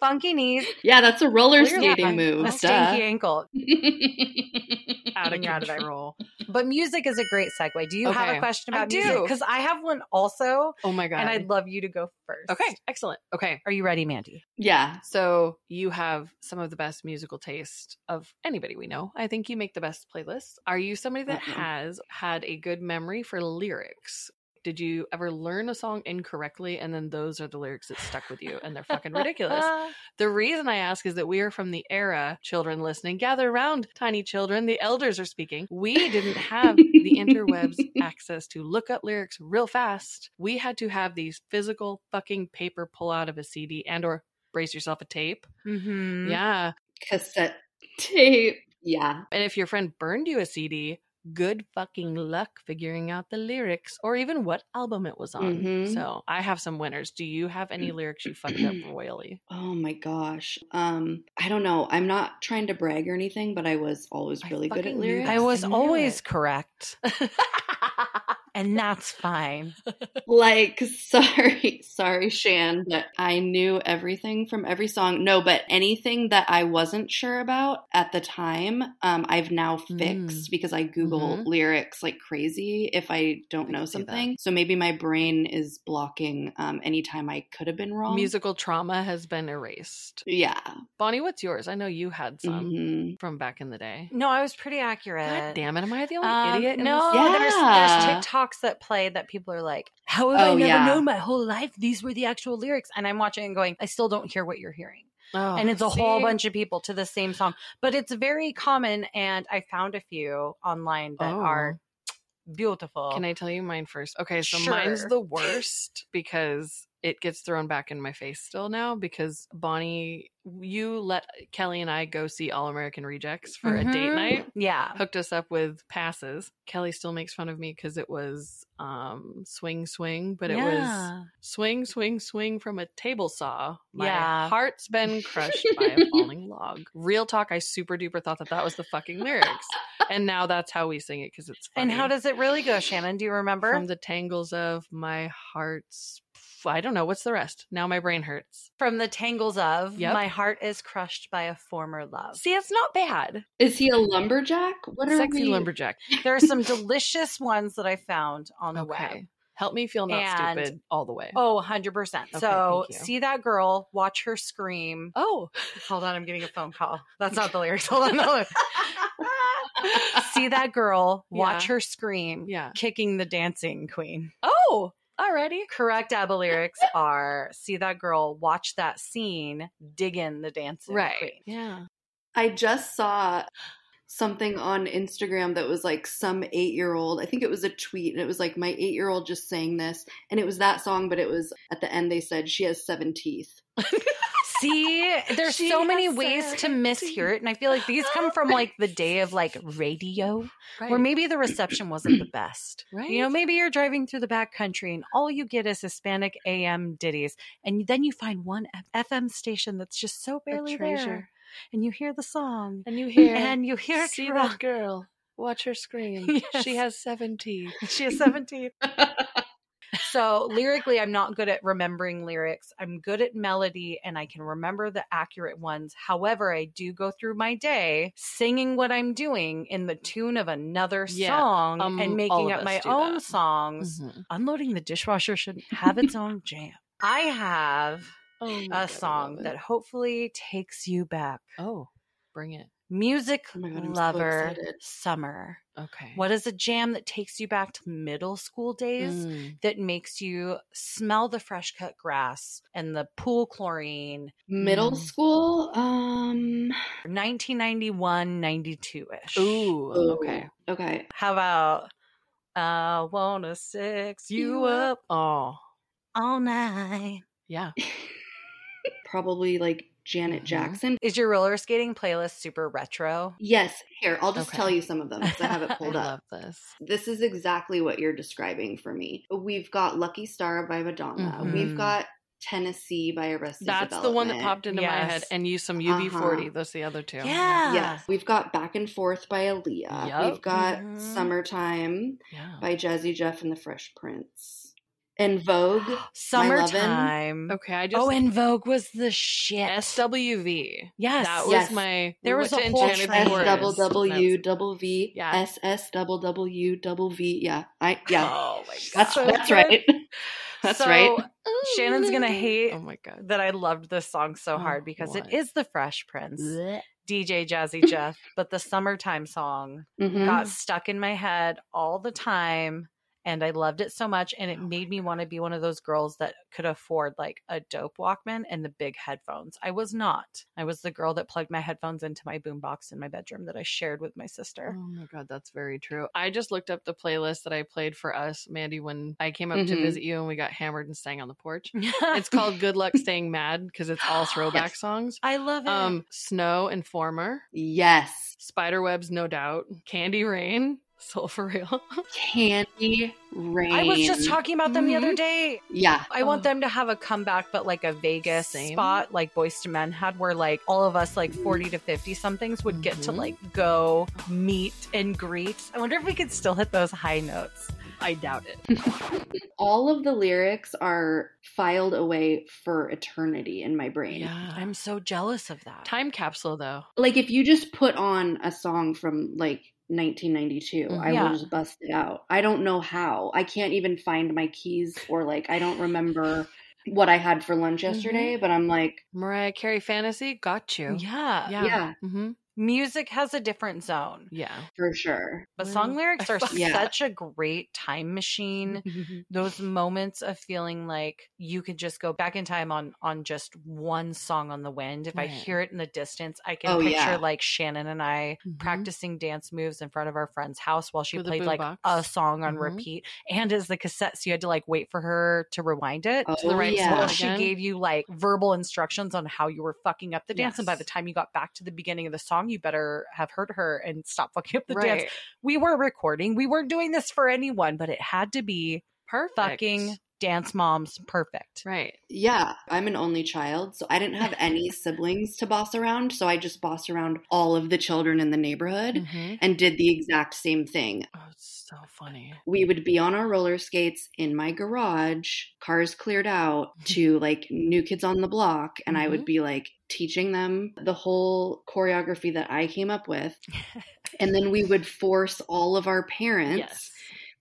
Speaker 3: funky knees,
Speaker 4: yeah, that's a roller
Speaker 3: Clearly,
Speaker 4: skating
Speaker 3: a
Speaker 4: move.
Speaker 3: stanky ankle
Speaker 4: *laughs* Duh.
Speaker 2: Out of
Speaker 3: when you're out of
Speaker 2: control.
Speaker 3: control.
Speaker 2: *laughs*
Speaker 3: But music is a great segue. Do you have
Speaker 2: Okay.
Speaker 3: a question
Speaker 2: I
Speaker 3: about
Speaker 2: do.
Speaker 3: music? Because I have one also,
Speaker 2: Oh my god.
Speaker 3: and I'd love you to go first. *laughs*
Speaker 2: okay, excellent. Okay,
Speaker 3: Are you ready, Mandy?
Speaker 4: yeah.
Speaker 2: So you have some of the best musical taste of anybody we know. I think you make the best playlists. Are you somebody that
Speaker 4: Uh-uh.
Speaker 2: has had a good memory for lyrics? Did you ever learn a song incorrectly and then those are the lyrics that stuck with you and they're fucking ridiculous? The reason I ask is that we are from the era, children listening, gather around, tiny children, the elders are speaking. We didn't have the
Speaker 4: *laughs*
Speaker 2: interwebs access to look up lyrics real fast. We had to have these physical fucking paper pull out of a CD and or brace yourself a tape. *laughs*
Speaker 3: Mm-hmm.
Speaker 2: Yeah.
Speaker 4: Cassette tape. Yeah.
Speaker 2: And if your friend burned you a CD, good fucking luck figuring out the lyrics or even what album it was on.
Speaker 4: Mhm.
Speaker 2: So I have some winners. Do you have any
Speaker 4: Mm.
Speaker 2: lyrics you fucked
Speaker 4: *clears throat*
Speaker 2: up royally?
Speaker 4: Oh my gosh. Um, I don't know. I'm not trying to brag or anything, but I was always
Speaker 2: I
Speaker 4: really good at
Speaker 2: fucking knew
Speaker 4: lyrics.
Speaker 2: that.
Speaker 3: I was
Speaker 2: I knew
Speaker 3: always
Speaker 2: it. *laughs*
Speaker 3: correct, and that's fine.
Speaker 4: *laughs* Like, sorry, sorry, Shan, but I knew everything from every song. No, but anything that I wasn't sure about at the time, um, I've now fixed
Speaker 2: Mm.
Speaker 4: because I Google
Speaker 2: Mhm.
Speaker 4: lyrics like crazy if I don't
Speaker 2: I
Speaker 4: know
Speaker 2: can see that.
Speaker 4: something. So maybe my brain is blocking um, any time I could have been wrong.
Speaker 2: Musical trauma has been erased.
Speaker 4: Yeah.
Speaker 2: Bonnie, what's yours? I know you had some
Speaker 3: Mm-hmm.
Speaker 4: Mhm.
Speaker 2: from back in the day.
Speaker 3: No, I was pretty accurate.
Speaker 2: God damn it! Am I the only
Speaker 3: Um,
Speaker 2: idiot? in
Speaker 3: no,
Speaker 2: this?
Speaker 4: Yeah.
Speaker 3: there's, there's TikToks that play that people are like, "How have I
Speaker 4: Oh,
Speaker 3: never
Speaker 4: yeah.
Speaker 3: known my whole life? These were the actual lyrics." And I'm watching and going, "I still don't hear what you're hearing."
Speaker 2: Oh,
Speaker 3: and it's a whole
Speaker 2: see?
Speaker 3: bunch of people to the same song but it's very common and i found a few online that
Speaker 2: Oh.
Speaker 3: are beautiful
Speaker 2: Can I tell you mine first? Okay, so
Speaker 3: *laughs* Sure.
Speaker 2: mine's the worst because it gets thrown back in my face still now because Bonnie, you let Kelly and I go see All American Rejects for a date
Speaker 3: Mhm.
Speaker 2: night.
Speaker 3: Yeah.
Speaker 2: Hooked us up with passes. Kelly still makes fun of me because it was um, swing, swing, but it was swing, swing, swing from a table saw. My
Speaker 3: Yeah.
Speaker 2: heart's been crushed by *laughs* a falling log. Real talk, I super duper thought that that was the fucking lyrics. And now that's how we sing it because it's funny.
Speaker 3: And how does it really go, Shannon? Do you remember?
Speaker 2: From the tangles of my heart's. I don't know. What's the rest? Now my brain hurts.
Speaker 3: From the tangles of
Speaker 2: Yep.
Speaker 3: my heart is crushed by a former love.
Speaker 2: See, it's not bad.
Speaker 4: Is he a lumberjack? What are
Speaker 2: Sexy
Speaker 4: we?
Speaker 2: *laughs* lumberjack.
Speaker 3: There are some delicious ones that I found on the web.
Speaker 2: Okay. Help me feel not
Speaker 3: And-
Speaker 2: stupid all the way.
Speaker 3: Oh, 100%.
Speaker 2: Okay,
Speaker 3: so
Speaker 2: thank you.
Speaker 3: see that girl, watch her scream.
Speaker 2: Oh. *laughs*
Speaker 3: Hold on, I'm getting a phone call. That's not the lyrics. Hold on. hold on. see that girl, watch
Speaker 2: Yeah.
Speaker 3: her scream,
Speaker 2: Yeah.
Speaker 3: kicking the dancing queen.
Speaker 2: Oh. Alrighty.
Speaker 3: Correct
Speaker 2: *laughs*
Speaker 3: ABBA lyrics are see that girl, watch that scene, dig in the dancing queen.
Speaker 2: Right. Yeah.
Speaker 4: I just saw something on Instagram that was like some eight year old. I think it was a tweet, and it was like my eight year old just sang this, and it was that song, but it was at the end they said she has seven teeth.
Speaker 3: See, there's
Speaker 2: She
Speaker 3: so many
Speaker 2: has
Speaker 3: ways to mishear it. And I feel like these come from like the day of like radio,
Speaker 2: Right.
Speaker 3: where maybe the reception wasn't the best.
Speaker 2: right.
Speaker 3: You know, maybe you're driving through the back country and all you get is Hispanic AM ditties. And then you find one F- FM station that's just so barely
Speaker 2: treasure.
Speaker 3: there. And you hear the song
Speaker 2: *laughs* And you hear
Speaker 3: and you hear it
Speaker 2: see
Speaker 3: wrong.
Speaker 2: that girl. Watch *laughs* her scream. She
Speaker 3: Yes.
Speaker 2: has seven teeth.
Speaker 3: She is 17. so lyrically, I'm not good at remembering lyrics. I'm good at melody and I can remember the accurate ones. However, I do go through my day singing what I'm doing in the tune of another
Speaker 2: Yeah,
Speaker 3: song
Speaker 2: um,
Speaker 3: and
Speaker 2: all
Speaker 3: making
Speaker 2: of
Speaker 3: up
Speaker 2: us
Speaker 3: my
Speaker 2: do
Speaker 3: own
Speaker 2: that.
Speaker 3: songs.
Speaker 2: Mm-hmm.
Speaker 3: Unloading the dishwasher should have its
Speaker 2: *laughs*
Speaker 3: own jam. I have
Speaker 2: Oh my God, I
Speaker 3: a song
Speaker 2: love
Speaker 3: that
Speaker 2: it.
Speaker 3: hopefully takes you back.
Speaker 2: Oh, bring it.
Speaker 3: Music
Speaker 4: Oh my God, I'm so
Speaker 3: lover
Speaker 4: excited.
Speaker 3: summer.
Speaker 2: Okay.
Speaker 3: What is a jam that takes you back to middle school days?
Speaker 2: Mm.
Speaker 3: that makes you smell the fresh cut grass and the pool chlorine
Speaker 4: Middle
Speaker 2: Mm.
Speaker 4: school? Um
Speaker 3: 1991 92 ish
Speaker 2: Ooh.
Speaker 4: oh,
Speaker 2: Okay.
Speaker 4: Okay. *laughs*
Speaker 3: how about i wanna six you up
Speaker 2: Oh,
Speaker 3: all night
Speaker 2: yeah.
Speaker 4: Probably like Janet
Speaker 2: Mhm.
Speaker 4: Jackson.
Speaker 3: is your roller skating playlist super retro
Speaker 4: Yes, here, I'll just
Speaker 2: Okay.
Speaker 4: tell you some of them because I have it
Speaker 2: *laughs*
Speaker 4: pulled
Speaker 2: I
Speaker 4: up.
Speaker 2: love this.
Speaker 4: This is exactly what you're describing for me. We've got Lucky Star by Madonna. We've
Speaker 3: Mhm.
Speaker 4: got Tennessee by Arrested
Speaker 2: Mm-hmm. That's the one that
Speaker 4: Development.
Speaker 2: popped into my head,
Speaker 3: Yes.
Speaker 2: and you some UB40.
Speaker 4: Uh-huh.
Speaker 2: That's the other two.
Speaker 3: Yeah.
Speaker 4: Yes. We've got Back and Forth by Aaliyah.
Speaker 2: Yup. Mm-hmm.
Speaker 4: We've got
Speaker 3: Mhm.
Speaker 4: Summertime
Speaker 2: Yeah.
Speaker 4: by Jazzy Jeff and the Fresh Prince. And
Speaker 2: *gasps*
Speaker 4: Vogue.
Speaker 3: summertime
Speaker 2: Okay. I just.
Speaker 3: oh and vogue was the shit
Speaker 2: SWV.
Speaker 3: yes
Speaker 2: That was
Speaker 4: Yes.
Speaker 2: my.
Speaker 3: There
Speaker 2: we
Speaker 3: was
Speaker 2: went
Speaker 3: a
Speaker 2: to
Speaker 3: whole
Speaker 2: Enchanted
Speaker 3: train.
Speaker 4: S
Speaker 2: Forest.
Speaker 4: double W
Speaker 2: That's-
Speaker 4: double V
Speaker 2: Yeah.
Speaker 4: S S double W double V. Yeah, I yeah.
Speaker 2: Oh my God.
Speaker 4: That's
Speaker 3: So
Speaker 4: that's
Speaker 3: good.
Speaker 4: right. *laughs* That's
Speaker 3: So,
Speaker 4: right.
Speaker 3: Shannon's gonna hate
Speaker 2: Oh my god.
Speaker 3: that i loved this song so
Speaker 2: Oh,
Speaker 3: hard because
Speaker 2: what?
Speaker 3: it is the fresh prince DJ *laughs* Jazzy Jeff, but the summertime song
Speaker 4: Mhm.
Speaker 3: got stuck in my head all the time. And I loved it so much. And it made me want to be one of those girls that could afford like a dope Walkman and the big headphones. I was not. I was the girl that plugged my headphones into my boombox in my bedroom that I shared with my *laughs*
Speaker 2: Oh
Speaker 3: sister.
Speaker 2: my god, that's very true. I just looked up the playlist that I played for us, Mandy, when I came up to
Speaker 3: Mm-hmm.
Speaker 4: Mhm.
Speaker 2: visit you and we got hammered and sang on the porch. It's called Good Luck Staying Mad because it's
Speaker 3: *gasps*
Speaker 2: all throwback
Speaker 4: Yes.
Speaker 2: songs.
Speaker 3: *laughs* I love it.
Speaker 2: Um, Snow Informer,
Speaker 4: Yes,
Speaker 2: Spiderwebs, No Doubt, Candy Rain, *laughs* Soul for Real.
Speaker 3: Oh,
Speaker 4: candy rain.
Speaker 3: I was just talking about them the other day.
Speaker 4: Yeah,
Speaker 3: I
Speaker 2: Oh.
Speaker 3: want them to have a comeback, but like a Vegas
Speaker 2: Same.
Speaker 3: spot, like Boys to Men had, where like all of us, like 40 to 50 somethings, would get to
Speaker 2: Mhm.
Speaker 3: like go meet and greet. I wonder if we could still hit those high notes.
Speaker 2: I doubt it.
Speaker 3: *sighs*
Speaker 4: all of the lyrics are filed away for eternity in my brain.
Speaker 2: Yeah.
Speaker 3: I'm so jealous of
Speaker 2: *laughs*
Speaker 3: that.
Speaker 2: Time capsule though.
Speaker 4: Like if you just put on a song from like 1992, I
Speaker 3: Yeah.
Speaker 4: will just bust it out. I don't know how. I can't even find my keys, or like I don't remember what I had for lunch yesterday. But I'm like,
Speaker 2: Mariah Carey Fantasy, got you.
Speaker 3: Yeah.
Speaker 2: Yeah.
Speaker 4: yeah.
Speaker 2: hmm
Speaker 3: music has a different zone.
Speaker 2: Yeah.
Speaker 4: for sure.
Speaker 3: But
Speaker 2: Well,
Speaker 3: song lyrics are
Speaker 2: fuck
Speaker 4: yeah. Mm-hmm.
Speaker 3: such a great time machine. Those moments of feeling like you can just go back in time on on just one song on the wind. If I
Speaker 2: Right.
Speaker 3: hear it in the distance, I can
Speaker 4: Oh,
Speaker 3: picture
Speaker 4: yeah.
Speaker 3: like Shannon and I
Speaker 2: Mhm.
Speaker 3: practicing dance moves in front of our friend's house while she
Speaker 2: With a
Speaker 3: played like
Speaker 2: boombox.
Speaker 3: a song on
Speaker 2: Mhm.
Speaker 3: repeat. And as the cassette, so you had to like wait for her to rewind it to the
Speaker 4: Oh,
Speaker 3: right
Speaker 4: yeah.
Speaker 3: spot. She
Speaker 2: Again.
Speaker 3: gave you like verbal instructions on how you were fucking up the dance. And by
Speaker 2: Yes.
Speaker 3: the time you got back to the beginning of the song, you better have heard her and stop fucking up the dance
Speaker 2: right.
Speaker 3: we were recording. We weren't doing this for anyone, but it had to be
Speaker 2: Perfect.
Speaker 3: fucking dance moms perfect.
Speaker 2: Right.
Speaker 4: Yeah, I'm an only child, so I didn't have any siblings to boss around, so I just bossed around all of the children in the neighborhood
Speaker 2: Mhm.
Speaker 4: and did the exact same thing.
Speaker 2: Oh, it's so funny.
Speaker 4: We would be on our roller skates in my garage, cars
Speaker 3: *laughs*
Speaker 4: cleared out to like new kids on the block, and I
Speaker 3: Mm-hmm.
Speaker 4: would be like teaching them the whole choreography that I came up
Speaker 3: *laughs*
Speaker 4: with. And then we would force all of our parents,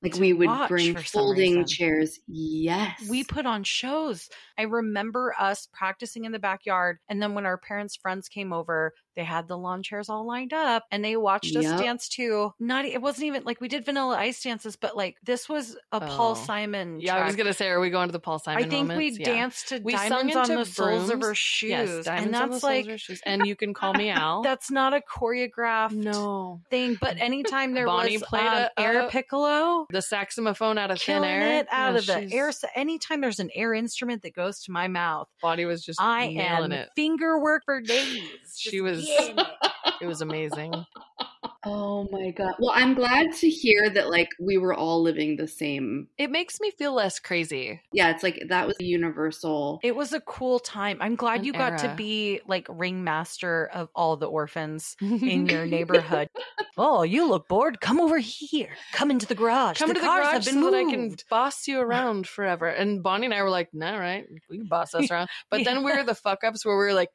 Speaker 4: like
Speaker 3: To
Speaker 4: we would
Speaker 3: watch
Speaker 4: bring
Speaker 3: for some
Speaker 4: folding
Speaker 3: reason.
Speaker 4: chairs. Yes.
Speaker 3: We put on shows. I remember us practicing in the backyard. And then when our parents' friends came over, they had the lawn chairs all lined up and they watched us
Speaker 4: Yep.
Speaker 3: dance to not, e, it wasn't even like we did vanilla ice dances, but like this was a
Speaker 2: Oh.
Speaker 3: Paul Simon.
Speaker 2: Yeah, I was
Speaker 3: track.
Speaker 2: gonna say, are we going to the Paul Simon?
Speaker 3: I think
Speaker 2: moments?
Speaker 3: we
Speaker 2: Yeah.
Speaker 3: danced to
Speaker 2: We sung
Speaker 3: diamonds on
Speaker 2: into
Speaker 3: the soles of
Speaker 2: Brooms.
Speaker 3: her shoes.
Speaker 2: Yes, diamonds
Speaker 3: and that's
Speaker 2: on the soles
Speaker 3: like,
Speaker 2: of her shoes. And you can
Speaker 3: *laughs*
Speaker 2: call me Al.
Speaker 3: that's not a choreographed
Speaker 2: no.
Speaker 3: thing.
Speaker 2: *laughs*
Speaker 3: But anytime there
Speaker 2: Bonnie
Speaker 3: was
Speaker 2: played
Speaker 3: um,
Speaker 2: a-
Speaker 3: air
Speaker 2: a-
Speaker 3: piccolo,
Speaker 2: The saxophone out of thin
Speaker 3: killing
Speaker 2: air.
Speaker 3: it out
Speaker 2: Yeah,
Speaker 3: of the
Speaker 2: she's-
Speaker 3: air. So anytime there's an air instrument that goes to my mouth,
Speaker 2: Body was just
Speaker 3: I
Speaker 2: nailing
Speaker 3: am
Speaker 2: it.
Speaker 3: finger work
Speaker 2: *laughs*
Speaker 3: for days.
Speaker 2: She
Speaker 3: Just
Speaker 2: was.
Speaker 3: getting it.
Speaker 2: *laughs* It was amazing.
Speaker 4: Oh my God. Well, I'm glad to hear that, like, we were all living the same.
Speaker 2: It makes me feel less crazy.
Speaker 4: Yeah, it's like that was universal.
Speaker 3: It was a cool time. I'm glad
Speaker 2: An
Speaker 3: you got to
Speaker 2: era.
Speaker 3: be like ringmaster of all the orphans in your neighborhood. oh, you look bored. Come over here. Come into the garage.
Speaker 2: *laughs* Come to the
Speaker 3: cars
Speaker 2: garage
Speaker 3: have been
Speaker 2: so
Speaker 3: moved.
Speaker 2: that I can boss you around forever. And Bonnie and I were like, "No, right? We can boss us
Speaker 3: *laughs*
Speaker 2: around." But then we were the fuck ups where we were like,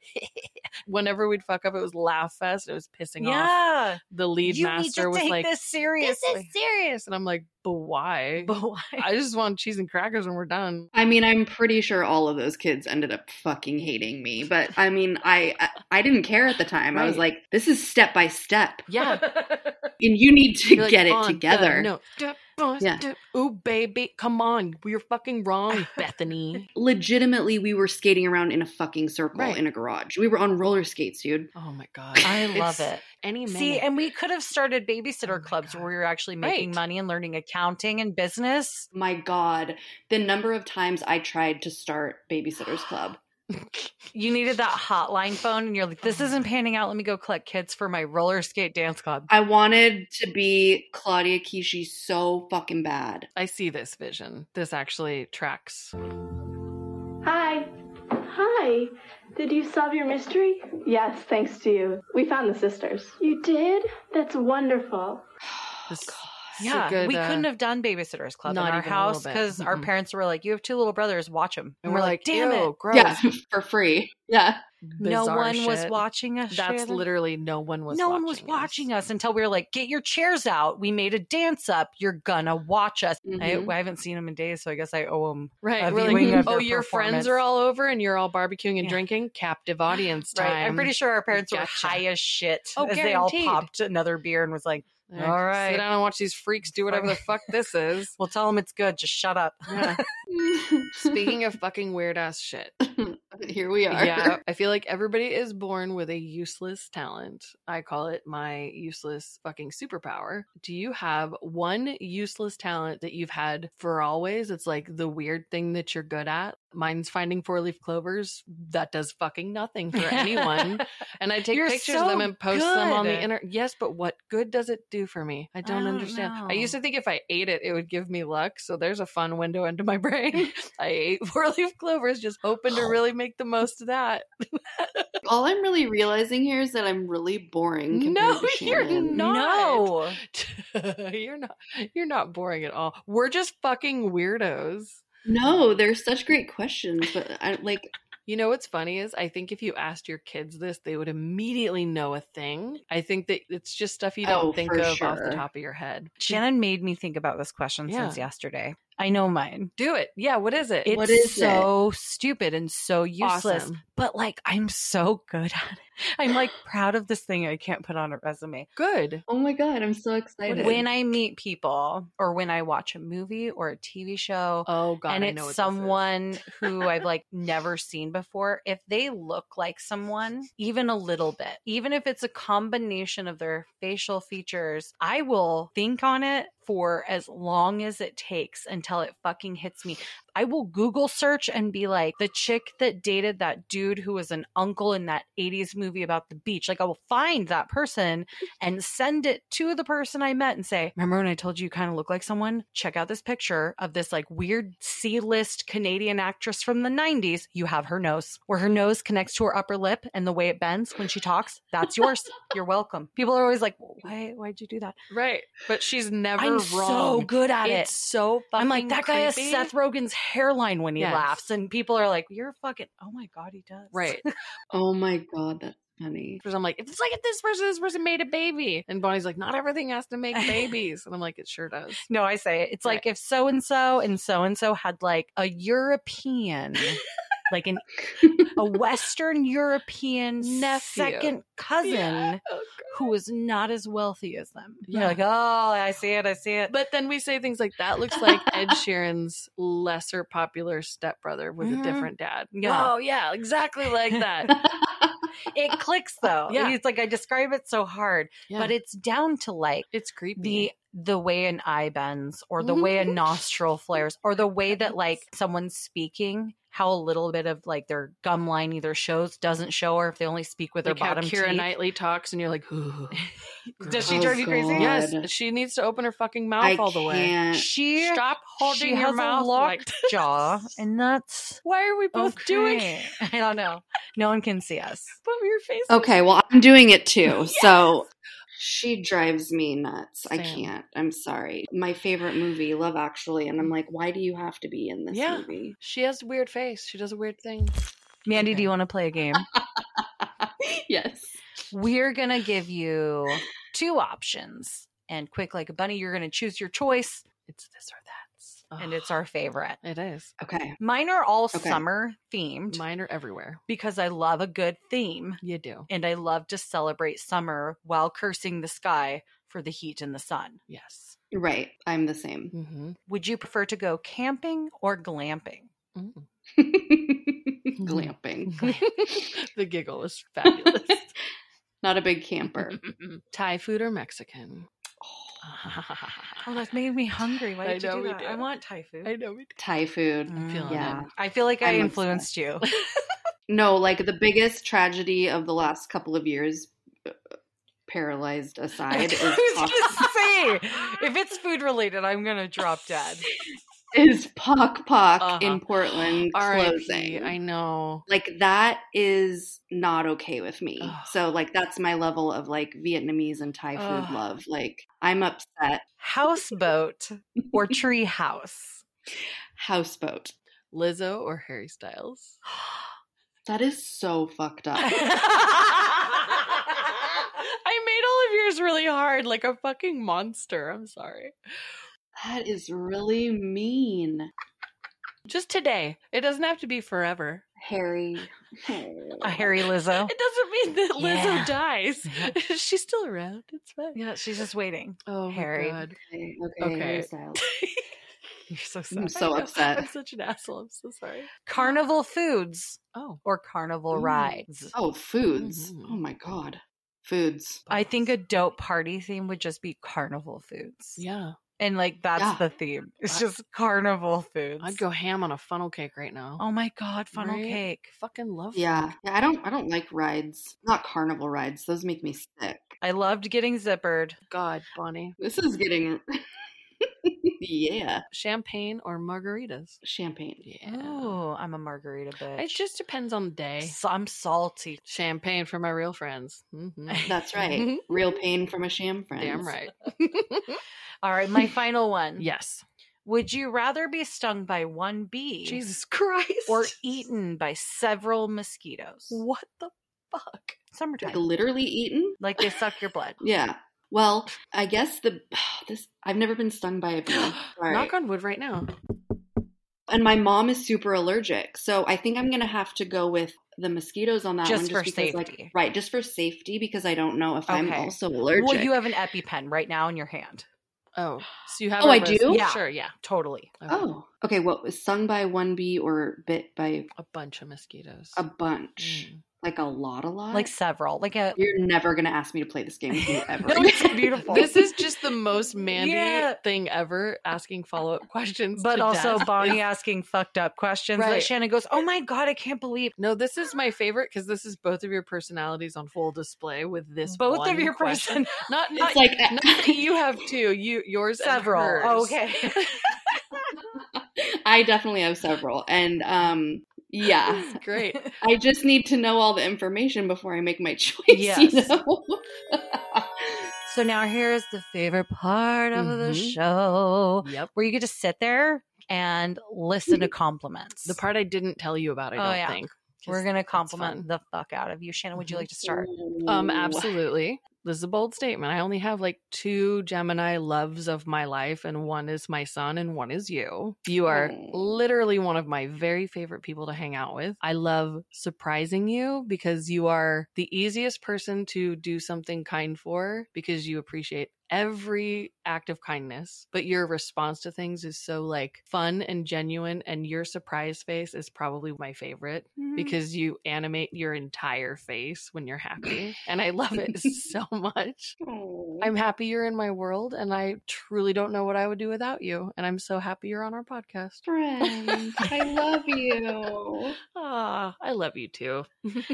Speaker 2: whenever we'd fuck up, it was laugh fest. It was pissing off.
Speaker 3: yeah.
Speaker 2: The lead
Speaker 3: you
Speaker 2: master
Speaker 3: need to
Speaker 2: was
Speaker 3: take
Speaker 2: like,
Speaker 3: this seriously. *laughs*
Speaker 2: "This is serious," and I'm like, "But why?
Speaker 3: but why?
Speaker 2: *laughs* I just want cheese and crackers when we're done."
Speaker 4: I mean, I'm pretty sure all of those kids ended up fucking hating me, but I mean, I I, I didn't care at the time. I was
Speaker 2: Right.
Speaker 4: like, this is step by step,
Speaker 3: *laughs*
Speaker 2: Yeah,
Speaker 4: *laughs* and you need to
Speaker 2: You're like,
Speaker 4: get it
Speaker 2: "On the
Speaker 4: together.
Speaker 2: note. Duh, boss,
Speaker 4: Yeah.
Speaker 2: duh. Oh, Ooh, baby, come on, we're fucking
Speaker 3: *laughs*
Speaker 2: wrong, Bethany.
Speaker 4: Legitimately, we were skating around in a fucking circle
Speaker 2: Right.
Speaker 4: in a garage. We were on roller skates, dude.
Speaker 2: Oh my god,
Speaker 3: I
Speaker 2: It's
Speaker 3: love it.
Speaker 2: Any minute.
Speaker 3: See, and we could have started
Speaker 2: Oh
Speaker 3: babysitter
Speaker 2: my
Speaker 3: clubs
Speaker 2: God.
Speaker 3: where we were actually making
Speaker 2: Right.
Speaker 3: money and learning accounting and business.
Speaker 4: My God, the number of times I tried to start Babysitters
Speaker 2: *gasps*
Speaker 4: Club.
Speaker 3: You needed that hotline phone, and you're like, "This isn't panning out. Let me go collect kids for my roller skate dance club."
Speaker 4: I wanted to be Claudia Kishi so fucking bad.
Speaker 2: I see this vision. This actually tracks.
Speaker 4: Oh,
Speaker 5: Hi. Hi. Did you solve your mystery? Yes, thanks to you. We found the sisters. You did? That's wonderful.
Speaker 2: This, this is a
Speaker 3: Yeah,
Speaker 2: good,
Speaker 3: we
Speaker 2: uh,
Speaker 3: couldn't have done babysitters club in
Speaker 2: not
Speaker 3: our
Speaker 2: even a
Speaker 3: house
Speaker 2: little bit.
Speaker 3: because our
Speaker 2: Mm-mm.
Speaker 3: parents were like, "You have two little brothers. Watch them."
Speaker 2: And we're like, damn it, gross.
Speaker 4: Yeah, *laughs* for free. Yeah. *laughs*
Speaker 3: no
Speaker 2: Bizarre
Speaker 3: one was
Speaker 2: shit.
Speaker 3: watching us.
Speaker 2: That's
Speaker 3: Shannon.
Speaker 2: literally no one was.
Speaker 3: no
Speaker 2: watching
Speaker 3: one was watching
Speaker 2: us.
Speaker 3: us until we were like, "Get your chairs out. We made a dance up. You're gonna watch us."
Speaker 4: Mhm.
Speaker 2: Mm-hmm.
Speaker 3: I, I haven't seen them in days, so I guess I owe them
Speaker 2: Right,
Speaker 3: a
Speaker 2: we're
Speaker 3: viewing
Speaker 2: like,
Speaker 3: of
Speaker 2: oh,
Speaker 3: their
Speaker 2: your friends
Speaker 3: performance."
Speaker 2: are all over, and you're all barbecuing and
Speaker 3: Yeah.
Speaker 2: drinking. Captive audience time.
Speaker 3: *sighs* Right. I'm pretty sure our parents
Speaker 2: Gotcha.
Speaker 3: were high as shit
Speaker 2: Oh,
Speaker 3: as they all
Speaker 2: guaranteed.
Speaker 3: popped another beer and was like,
Speaker 2: Like,
Speaker 3: All right.
Speaker 2: sit down and watch these freaks do whatever the fuck this is.
Speaker 3: "Well, tell them it's good. Just shut up."
Speaker 2: Yeah. Speaking of fucking weird ass shit,
Speaker 4: *laughs* Here we are.
Speaker 2: yeah, I feel like everybody is born with a useless talent. I call it my useless fucking superpower. Do you have one useless talent that you've had for always? It's like the weird thing that you're good at. Mine's finding four leaf clovers. That does fucking
Speaker 3: *laughs*
Speaker 2: nothing *laughs* for anyone. and I take
Speaker 3: You're
Speaker 2: pictures of them
Speaker 3: so
Speaker 2: and post them on the
Speaker 3: good.
Speaker 2: internet. Yes, but what good does it do for me? I don't,
Speaker 3: don't
Speaker 2: understand. I used
Speaker 3: know.
Speaker 2: to think if I ate it, it would give me luck. So there's a fun window into my *laughs* brain. I ate four leaf clovers, just hoping to really make the most of that. *laughs*
Speaker 4: All I'm really realizing here is that I'm really boring. compared
Speaker 2: No,
Speaker 4: to
Speaker 2: you're
Speaker 4: Shannon.
Speaker 2: not.
Speaker 3: No.
Speaker 2: you're not you're not boring at all. We're just fucking weirdos.
Speaker 4: No, they're such great questions, but I like.
Speaker 2: You know what's funny is I think if you asked your kids this, they would immediately know a thing. I think that it's just stuff you don't
Speaker 4: Oh,
Speaker 2: think
Speaker 4: for
Speaker 2: of off
Speaker 4: sure.
Speaker 2: the top of your head.
Speaker 3: Shannon made me think about this question since
Speaker 2: Yeah.
Speaker 3: yesterday. I know mine.
Speaker 2: Do it. Yeah. What is it?
Speaker 3: It's
Speaker 4: What is
Speaker 3: so stupid and so useless,
Speaker 2: Awesome.
Speaker 3: but like I'm so good at it. I'm like proud of this thing I can't put on a resume.
Speaker 2: Good.
Speaker 4: Oh my god, I'm so excited.
Speaker 3: When I meet people or when I watch a movie or a TV show,
Speaker 2: Oh God.
Speaker 3: and
Speaker 2: I know what this
Speaker 3: it's
Speaker 2: is.
Speaker 3: someone who I've
Speaker 2: *laughs*
Speaker 3: like never seen before. If they look like someone, even a little bit, even if it's a combination of their facial features, I will think on it for as long as it takes until it fucking hits me. I will Google search and be like, the chick that dated that dude who was an uncle in that 80s movie about the beach. Like, I will find that person and send it to the person I met and say, Remember when I told you you kind of look like someone? Check out this picture of this like weird C list Canadian actress from the 90s. You have her nose, where her nose connects to her upper lip and the way it bends when she talks. That's *laughs* yours. You're welcome. People are always like, Why, why'd you do that?
Speaker 2: Right. But she's never
Speaker 3: I'm
Speaker 2: wrong.
Speaker 3: so good at
Speaker 2: it's
Speaker 3: it.
Speaker 2: so fucking
Speaker 3: I'm like, that guy has
Speaker 2: creepy."
Speaker 3: Seth Rogen's hairline when he
Speaker 2: Yes.
Speaker 3: laughs. And people are like, You're fucking, oh my God, he does.
Speaker 2: Right.
Speaker 4: oh my god, that's funny.
Speaker 2: *laughs* Because I'm like, it's like if this person, this person made a baby. And Bonnie's like, not everything has to make babies. And I'm like, it sure does.
Speaker 3: No, I say it. It's like if so and so and so and so had like
Speaker 2: *laughs*
Speaker 3: a European, like an
Speaker 4: *laughs*
Speaker 3: a Western European
Speaker 2: Nephew.
Speaker 3: second cousin
Speaker 2: Yeah. oh,
Speaker 3: who is not as wealthy as them.
Speaker 2: Yeah.
Speaker 3: You're like, oh, I see it, I see it.
Speaker 2: But then we say things like that looks like Ed Sheeran's lesser popular stepbrother with
Speaker 3: Mhm.
Speaker 2: a different dad.
Speaker 3: Yeah.
Speaker 2: Oh yeah, exactly like that.
Speaker 3: *laughs* it clicks though.
Speaker 2: Yeah.
Speaker 3: It's like I describe it so hard, but
Speaker 2: But it,
Speaker 3: it's down to like
Speaker 2: it's creepy.
Speaker 3: the the way an eye bends or the way a
Speaker 2: Mhm.
Speaker 3: nostril flares or the way that like someone's speaking how a little bit of like their gum line either shows doesn't show or if they only speak with
Speaker 2: like
Speaker 3: their
Speaker 2: how
Speaker 3: bottom
Speaker 2: Kira
Speaker 3: teeth.
Speaker 2: Knightley talks, and you're like,
Speaker 3: Does she
Speaker 4: Oh,
Speaker 3: drive you crazy?
Speaker 4: God.
Speaker 2: Yes, she needs to open her fucking mouth
Speaker 4: I
Speaker 2: all the way.
Speaker 4: can't.
Speaker 3: she
Speaker 2: Stop holding
Speaker 3: she
Speaker 2: your
Speaker 3: has
Speaker 2: mouth
Speaker 3: a
Speaker 2: like *laughs*
Speaker 3: locked jaw and that's
Speaker 2: Why are we *laughs* both doing it?
Speaker 3: okay. I don't know. No one can see us. Oh,
Speaker 2: Put your face.
Speaker 4: Okay, well, I'm doing it too. So she drives me nuts. I
Speaker 2: Same.
Speaker 4: can't. I'm sorry. My favorite movie, Love Actually, and I'm like, why do you have to be in this
Speaker 2: Yeah.
Speaker 4: movie?
Speaker 2: She has a weird face. She does a weird thing.
Speaker 3: Mandy, do
Speaker 2: Okay.
Speaker 3: you want to play
Speaker 2: *laughs*
Speaker 3: a game?
Speaker 4: yes.
Speaker 3: We're going to give you two options and quick like a bunny you're going to choose your choice
Speaker 2: It's this or that.
Speaker 3: and it's our favorite.
Speaker 2: It is.
Speaker 4: Okay.
Speaker 3: Mine are all
Speaker 4: Okay.
Speaker 3: summer themed
Speaker 2: Mine are everywhere.
Speaker 3: because I love a good theme
Speaker 2: You do.
Speaker 3: and I love to celebrate summer while cursing the sky for the heat and the sun.
Speaker 2: Yes.
Speaker 4: Right. I'm the same. *laughs*
Speaker 2: Mm-hmm.
Speaker 3: Would you prefer to go camping or glamping?
Speaker 2: Mm.
Speaker 4: Glamping.
Speaker 2: *laughs* the giggle is *laughs*
Speaker 3: *laughs*
Speaker 2: fabulous.
Speaker 4: Not a big camper.
Speaker 2: *laughs* Thai food or *laughs* Mexican?
Speaker 3: Oh, that made me hungry. Why
Speaker 2: I
Speaker 3: did you
Speaker 2: know
Speaker 3: do
Speaker 2: we
Speaker 3: that? I
Speaker 2: do.
Speaker 3: want Thai food.
Speaker 2: I know we do.
Speaker 4: Thai food.
Speaker 3: Mm.
Speaker 2: feeling
Speaker 4: Yeah.
Speaker 3: I feel like I
Speaker 4: I'm
Speaker 3: influenced you.
Speaker 4: No, like the biggest tragedy of the last couple of years, uh, paralyzed aside,
Speaker 3: *laughs*
Speaker 4: is,
Speaker 3: *laughs* I was
Speaker 4: pox-
Speaker 3: gonna *laughs* say if it's food related, I'm gonna drop dead.
Speaker 4: is Pock Pock in
Speaker 2: Uh-huh.
Speaker 4: Portland
Speaker 2: R.I.P.,
Speaker 4: closing.
Speaker 2: I know.
Speaker 4: like that is not okay with me.
Speaker 2: Ugh.
Speaker 4: So like that's my level of like Vietnamese and Thai food
Speaker 3: Ugh.
Speaker 4: love. Like I'm upset.
Speaker 3: Houseboat or tree *laughs* house?
Speaker 4: Houseboat.
Speaker 2: Lizzo or Harry Styles?
Speaker 4: That is so
Speaker 3: *laughs*
Speaker 4: fucked up.
Speaker 2: *laughs* I made all of yours really hard, like a fucking monster. I'm sorry.
Speaker 4: that is really mean.
Speaker 2: Just today. It doesn't have to be forever.
Speaker 4: Harry. *laughs*
Speaker 3: A Harry Lizzo.
Speaker 2: It doesn't mean that Lizzo *laughs*
Speaker 3: Yeah.
Speaker 2: dies. She's still around. It's fine.
Speaker 3: Yeah, she's just waiting.
Speaker 2: Oh,
Speaker 3: Harry.
Speaker 2: Harry. God.
Speaker 4: Okay.
Speaker 2: Okay.
Speaker 4: okay. Harry Styles.
Speaker 3: You're so sad.
Speaker 4: I'm so
Speaker 2: I know. I'm
Speaker 4: upset.
Speaker 2: such an asshole. I'm so sorry.
Speaker 3: Carnival Foods
Speaker 2: Oh.
Speaker 3: or Carnival
Speaker 4: Ooh.
Speaker 3: Rides.
Speaker 4: Oh, foods.
Speaker 2: Mhm.
Speaker 4: Oh my god. Foods.
Speaker 3: I think a dope party theme would just be Carnival Foods.
Speaker 2: Yeah.
Speaker 3: And like that's
Speaker 4: Yeah.
Speaker 3: the theme. It's
Speaker 2: I-
Speaker 3: just Carnival Foods.
Speaker 2: I'd go ham on a funnel cake right now.
Speaker 3: Oh my god, funnel
Speaker 2: Right?
Speaker 3: cake.
Speaker 2: Fucking love
Speaker 4: Yeah. Yeah, I don't I don't like rides. Not carnival rides. Those make me sick.
Speaker 3: I loved getting zippered.
Speaker 2: God, Bonnie.
Speaker 4: This is getting *laughs* Yeah.
Speaker 2: Champagne or margaritas?
Speaker 4: Champagne.
Speaker 2: Yeah.
Speaker 3: Ooh, I'm a margarita bitch.
Speaker 2: It just depends on the day.
Speaker 3: So- I'm salty.
Speaker 2: Champagne for my real friends. *laughs* hmm
Speaker 4: That's right. Real pain from a sham friend.
Speaker 2: Damn *laughs* right.
Speaker 3: All
Speaker 2: *laughs*
Speaker 3: right, my final one.
Speaker 2: yes.
Speaker 3: Would you rather be stung by one bee
Speaker 2: Jesus Christ.
Speaker 3: or eaten by several mosquitoes?
Speaker 2: what the fuck?
Speaker 4: Like
Speaker 3: Summertime.
Speaker 4: literally eaten?
Speaker 3: Like they suck your blood.
Speaker 4: Yeah. *sighs*
Speaker 2: *gasps*
Speaker 4: Well, I guess the this I've never been stung by a bee. Sorry.
Speaker 2: Knock on wood right now.
Speaker 4: And my mom is super allergic. So I think I'm going to have to go with the mosquitoes on that
Speaker 3: Just
Speaker 4: one
Speaker 3: for
Speaker 4: because,
Speaker 3: safety.
Speaker 4: Like, right, just for safety because I don't know if I'm
Speaker 3: Okay.
Speaker 4: also allergic.
Speaker 3: Well, you have an EpiPen right now in your hand.
Speaker 2: Oh, so you have?
Speaker 4: Oh,
Speaker 2: I
Speaker 4: I do?
Speaker 3: Yeah.
Speaker 2: Sure, yeah,
Speaker 3: Totally.
Speaker 2: Okay.
Speaker 4: Oh, okay. What was sung by one bee or bit by
Speaker 2: a bunch of mosquitoes.
Speaker 4: a bunch?
Speaker 2: Mm.
Speaker 4: Like a lot, a lot.
Speaker 3: Like several. Like a
Speaker 4: you're never gonna ask me to play this game
Speaker 3: *laughs*
Speaker 4: with you ever.
Speaker 3: No,
Speaker 4: again.
Speaker 3: it's beautiful. *laughs*
Speaker 2: This is just the most Mandy
Speaker 3: Yeah.
Speaker 2: thing ever. Asking follow up questions,
Speaker 3: but
Speaker 2: to
Speaker 3: also *laughs*
Speaker 2: death.
Speaker 3: Bonnie asking fucked up questions that
Speaker 2: Right.
Speaker 3: Shannon goes, "Oh my god, I can't believe
Speaker 2: *laughs* No, this is my favorite because this is both of your personalities on full display with this.
Speaker 3: both
Speaker 2: one
Speaker 3: of your
Speaker 2: question.
Speaker 3: *laughs* person
Speaker 2: Not, not
Speaker 4: It's like
Speaker 2: not
Speaker 3: *laughs*
Speaker 2: that you have two. You yours and
Speaker 3: several." Oh,
Speaker 2: hers.
Speaker 3: okay,
Speaker 4: *laughs*
Speaker 3: *laughs*
Speaker 4: I definitely have several, and um, yeah,
Speaker 2: This is
Speaker 3: *laughs*
Speaker 2: great.
Speaker 4: *laughs* I just need to know all the information before I make my *laughs* choice. You
Speaker 3: Yes.
Speaker 4: know?
Speaker 3: so now here's the favorite part of the
Speaker 2: Mhm.
Speaker 3: show
Speaker 2: Yep.
Speaker 3: where you get to sit there and listen to compliments.
Speaker 2: The part I didn't tell you about, I
Speaker 3: Oh,
Speaker 2: don't
Speaker 3: yeah.
Speaker 2: think. 'cause
Speaker 3: We're gonna
Speaker 2: that's
Speaker 3: compliment
Speaker 2: fun.
Speaker 3: the fuck out of you, Shannon. Would you
Speaker 2: Mhm.
Speaker 3: like to start? *laughs*
Speaker 2: Um,
Speaker 4: Ooh.
Speaker 2: absolutely. This is a bold statement. I only have like two Gemini loves of my life, and one is my son, and one is you. You are
Speaker 4: Aw.
Speaker 2: literally one of my very favorite people to hang out with. I love surprising you because you are the easiest person to do something kind for because you appreciate every act of kindness, but your response to things is so like fun and genuine. And your surprise face is probably my favorite
Speaker 5: Mm-hmm.
Speaker 2: because you animate your entire face when you're happy. And I love *laughs* it so much.
Speaker 4: Aw.
Speaker 2: I'm happy you're in my world, and I truly don't know what I would do without you. And I'm so happy you're on our podcast.
Speaker 4: friend. I love
Speaker 3: *laughs*
Speaker 4: you.
Speaker 2: Ah, I love you too.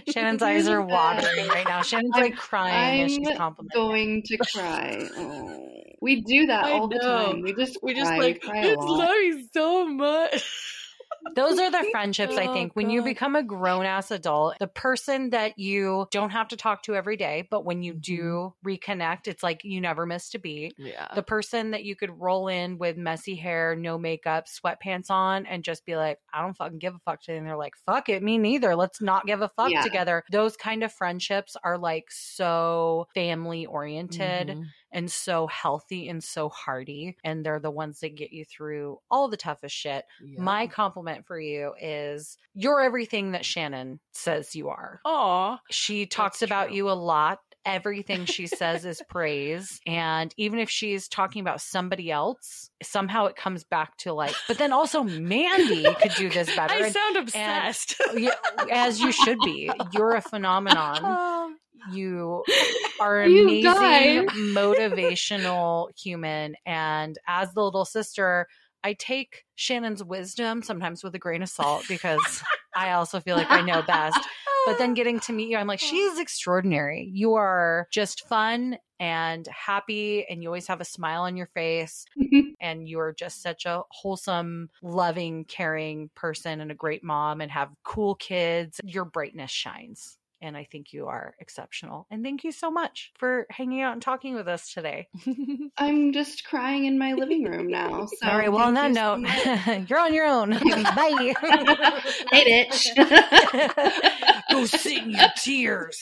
Speaker 3: Shannon's eyes are watering right now. Shannon's
Speaker 4: I'm-
Speaker 3: like crying as she's
Speaker 4: I'm
Speaker 3: complimenting.
Speaker 4: going to cry. Aw. We
Speaker 3: *laughs*
Speaker 4: do that
Speaker 2: I
Speaker 4: all the
Speaker 2: know.
Speaker 4: time. We just
Speaker 2: We just
Speaker 4: cry.
Speaker 2: like,
Speaker 4: cry a
Speaker 2: it's
Speaker 4: lot. *laughs*
Speaker 2: love you so much.
Speaker 3: Those
Speaker 2: *laughs*
Speaker 3: are the friendships I
Speaker 2: Oh,
Speaker 3: think when you
Speaker 2: God.
Speaker 3: become a grown ass adult, the person that you don't have to talk to every day, but when you do
Speaker 2: Mm-hmm.
Speaker 3: reconnect, it's like you never missed a beat.
Speaker 2: *laughs* Yeah.
Speaker 3: The person that you could roll in with messy hair, no makeup, sweatpants on, and just be like, I don't fucking give a fuck today. And they're like, fuck it, me neither. Let's not give a fuck
Speaker 4: Yeah.
Speaker 3: together. Those kind of friendships are like so family oriented
Speaker 2: Mhm.
Speaker 3: and so healthy and so hearty. And they're the ones that get you through all the toughest shit.
Speaker 2: Yeah.
Speaker 3: My compliment for you is you're everything that Shannon says you are.
Speaker 2: Aw.
Speaker 3: She talks
Speaker 2: That's
Speaker 3: about
Speaker 2: true.
Speaker 3: you a lot.
Speaker 2: *laughs*
Speaker 3: Everything she says is praise. And even if she's talking about somebody else, somehow it comes back to like, but then also Mandy could do this
Speaker 2: *laughs*
Speaker 3: better.
Speaker 2: I
Speaker 3: And-
Speaker 2: sound obsessed. *laughs*
Speaker 3: yeah, as you should be. You're
Speaker 2: *laughs*
Speaker 3: a phenomenon.
Speaker 2: Um,
Speaker 3: You are an
Speaker 4: You
Speaker 3: amazing,
Speaker 4: guys. *laughs*
Speaker 3: motivational human. And as the little sister, I take Shannon's wisdom sometimes with a grain of salt because I also feel like I know best.
Speaker 2: *laughs*
Speaker 3: But then getting to meet you, I'm like,
Speaker 4: Oh.
Speaker 3: she's extraordinary. You are just fun and happy, and you always have a smile on your face. and you're just such a wholesome, loving, caring person and a great mom and have cool kids. Your brightness shines. And I think you are exceptional. And thank you so much for hanging out and talking with us
Speaker 4: *laughs*
Speaker 3: today.
Speaker 4: I'm just crying in my living
Speaker 3: *laughs*
Speaker 4: room now. So
Speaker 3: All right. Well, on that
Speaker 4: thank you so
Speaker 3: note, *laughs*
Speaker 4: much.
Speaker 3: you're on your
Speaker 4: *laughs*
Speaker 3: own. Bye. *laughs*
Speaker 4: hey, *laughs* bitch.
Speaker 3: Go sit in your tears.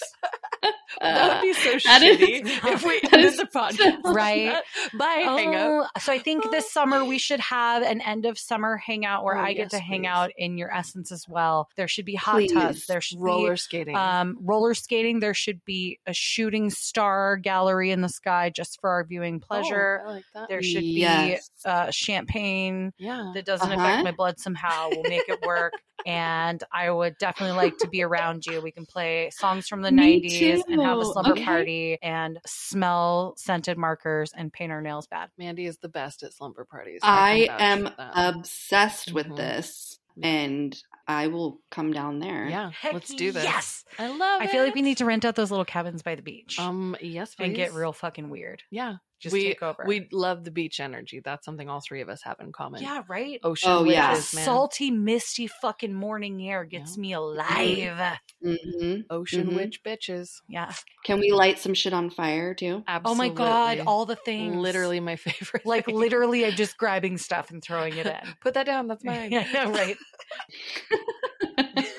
Speaker 2: that
Speaker 4: Uh,
Speaker 2: would be so
Speaker 4: That is-
Speaker 2: shitty *laughs* if we
Speaker 4: that
Speaker 2: ended *laughs*
Speaker 4: is
Speaker 2: the podcast. with
Speaker 3: Right.
Speaker 2: that. Bye. Hang up.
Speaker 3: Oh, So I think this summer we should have an end of summer hangout where
Speaker 2: Oh,
Speaker 3: I get
Speaker 2: yes,
Speaker 3: to hang
Speaker 2: please.
Speaker 3: out in your essence as well. There should be hot tubs.
Speaker 4: Please.
Speaker 3: There should be
Speaker 2: Roller skating.
Speaker 3: um, roller skating. There should be a shooting star gallery in the sky just for our viewing pleasure.
Speaker 2: Oh, I like that.
Speaker 3: There should be
Speaker 4: Yes.
Speaker 3: uh, champagne
Speaker 2: yeah.
Speaker 3: that doesn't
Speaker 4: Uh-huh.
Speaker 3: affect my blood somehow. We'll make it work. and I would definitely like to be around you. We can play songs from
Speaker 2: *laughs*
Speaker 3: the
Speaker 4: Me
Speaker 3: 90s and have a
Speaker 4: too.
Speaker 3: slumber
Speaker 4: Okay.
Speaker 3: party and smell scented markers and paint our nails bad.
Speaker 2: Mandy is the best at slumber parties.
Speaker 4: I
Speaker 2: can
Speaker 4: am
Speaker 2: vouch for that.
Speaker 4: obsessed
Speaker 2: Mhm.
Speaker 3: Mm-hmm.
Speaker 4: with this, and I will come down there.
Speaker 2: Yeah,
Speaker 3: Heck
Speaker 2: let's do this.
Speaker 3: Yes.
Speaker 2: I love
Speaker 3: I feel like we need to rent out those little cabins by the beach
Speaker 2: Um, yes, please.
Speaker 3: and get real fucking weird.
Speaker 2: Yeah,
Speaker 3: Just
Speaker 2: we,
Speaker 3: take over.
Speaker 2: We love the beach energy. That's something all three of us have in common.
Speaker 3: yeah, right?
Speaker 2: Ocean.
Speaker 4: Oh,
Speaker 2: waves,
Speaker 4: yeah.
Speaker 3: That
Speaker 2: man.
Speaker 3: salty, misty fucking morning air gets
Speaker 2: Yeah.
Speaker 3: me alive.
Speaker 4: hmm
Speaker 2: Ocean
Speaker 4: Mhm.
Speaker 2: witch bitches.
Speaker 3: Yeah.
Speaker 4: Can we light some shit on fire too?
Speaker 2: Absolutely.
Speaker 3: Oh my God, all the things.
Speaker 2: Literally my *laughs* favorite.
Speaker 3: Like,
Speaker 2: thing.
Speaker 3: literally, I'm just grabbing stuff and throwing it *laughs* in.
Speaker 2: Put that down. That's mine.
Speaker 3: Yeah, I know, *laughs* right.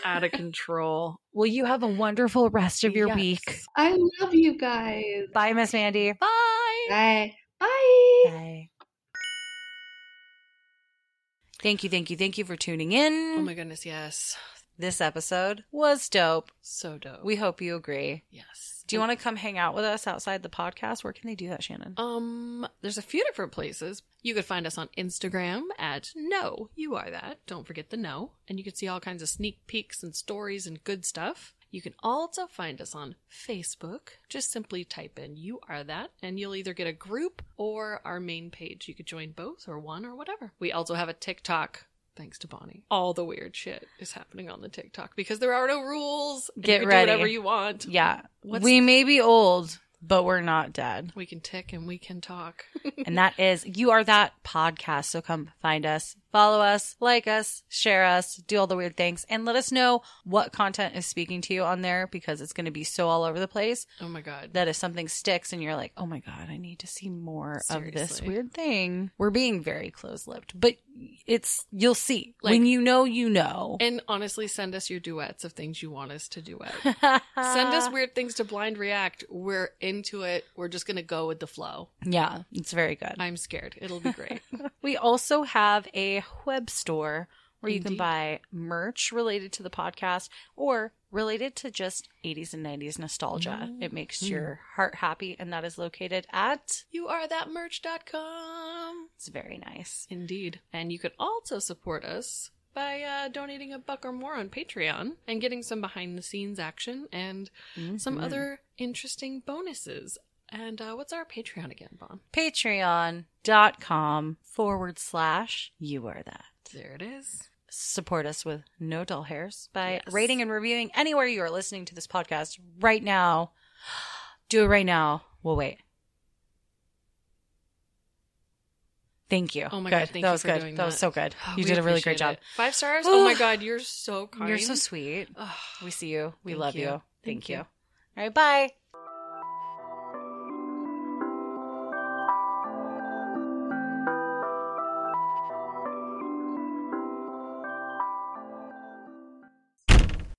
Speaker 2: Out of control.
Speaker 3: Well, you have a wonderful rest of your
Speaker 2: Yes.
Speaker 3: week.
Speaker 4: I love you guys.
Speaker 3: Bye, Miss Mandy.
Speaker 2: Bye.
Speaker 4: Bye. Bye.
Speaker 3: Bye. Thank you, thank you, thank you for tuning in.
Speaker 2: Oh my goodness, yes.
Speaker 3: this episode was dope.
Speaker 2: So dope.
Speaker 3: We hope you agree.
Speaker 2: yes.
Speaker 3: Do you want to come hang out with us outside the podcast? Where can they do that, Shannon?
Speaker 2: Um, there's a few different places. You could find us on Instagram at No, you are that. Don't forget the no. And you can see all kinds of sneak peeks and stories and good stuff. You can also find us on Facebook. Just simply type in You Are That, and you'll either get a group or our main page. You could join both or one or whatever. We also have a TikTok. Thanks to Bonnie. All the weird shit is happening on the TikTok because there are no rules. and
Speaker 3: Get
Speaker 2: you can
Speaker 3: ready.
Speaker 2: Do whatever you want.
Speaker 3: Yeah.
Speaker 2: What's-
Speaker 3: we may be old, but we're not dead.
Speaker 2: We can tick and we can
Speaker 3: *laughs*
Speaker 2: talk.
Speaker 3: and that is You Are That podcast. So come find us, follow us, like us, share us, do all the weird things, and let us know what content is speaking to you on there because it's going to be so all over the place
Speaker 2: oh my God.
Speaker 3: that if something sticks and you're like, oh my God, I need to see more of this
Speaker 2: Seriously.
Speaker 3: weird thing, we're being very close lipped, but it's, you'll see.
Speaker 2: Like-
Speaker 3: when you know, you know.
Speaker 2: And honestly, send us your duets of things you want us to *laughs* duet.
Speaker 3: *laughs*
Speaker 2: send us weird things to blind react. We're into it. We're just going to go with the flow.
Speaker 3: Yeah, it's very good.
Speaker 2: I'm scared. It'll be *laughs* great.
Speaker 3: *laughs* We also have a web store where you can
Speaker 2: Indeed.
Speaker 3: buy merch related to the podcast or related to just 80s and 90s nostalgia. It makes your heart happy, and that is located at.
Speaker 2: you are that merch.com.
Speaker 3: It's very nice.
Speaker 2: Indeed. And you could also support us by uh, donating a buck or more on Patreon and getting some behind the scenes action and some other interesting bonuses. And uh, what's our Patreon again, Bon?
Speaker 3: Patreon.com forward slash you are that.
Speaker 2: There it is.
Speaker 3: Support us with no dull hairs by
Speaker 2: Yes.
Speaker 3: rating and reviewing anywhere you are listening to this podcast right now. *gasps* Do it right now. We'll wait. Thank you.
Speaker 2: Oh my
Speaker 3: Good.
Speaker 2: god, thank
Speaker 3: that
Speaker 2: you
Speaker 3: was
Speaker 2: for
Speaker 3: good.
Speaker 2: doing
Speaker 3: that was
Speaker 2: *gasps*
Speaker 3: so good.
Speaker 2: Oh,
Speaker 3: You
Speaker 2: we
Speaker 3: did a really
Speaker 2: appreciate
Speaker 3: great job.
Speaker 2: it. Five stars. Oh my
Speaker 3: Ooh.
Speaker 2: god, you're so kind.
Speaker 3: You're
Speaker 2: *sighs*
Speaker 3: so sweet. We see you. We
Speaker 2: Thank
Speaker 3: love you.
Speaker 2: you.
Speaker 3: Thank,
Speaker 2: Thank
Speaker 3: you.
Speaker 2: you.
Speaker 3: All right, bye.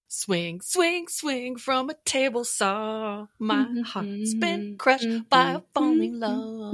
Speaker 2: Swing, swing, swing from a table saw. My
Speaker 3: Mm-hmm,
Speaker 2: heart's been crushed by a phony love.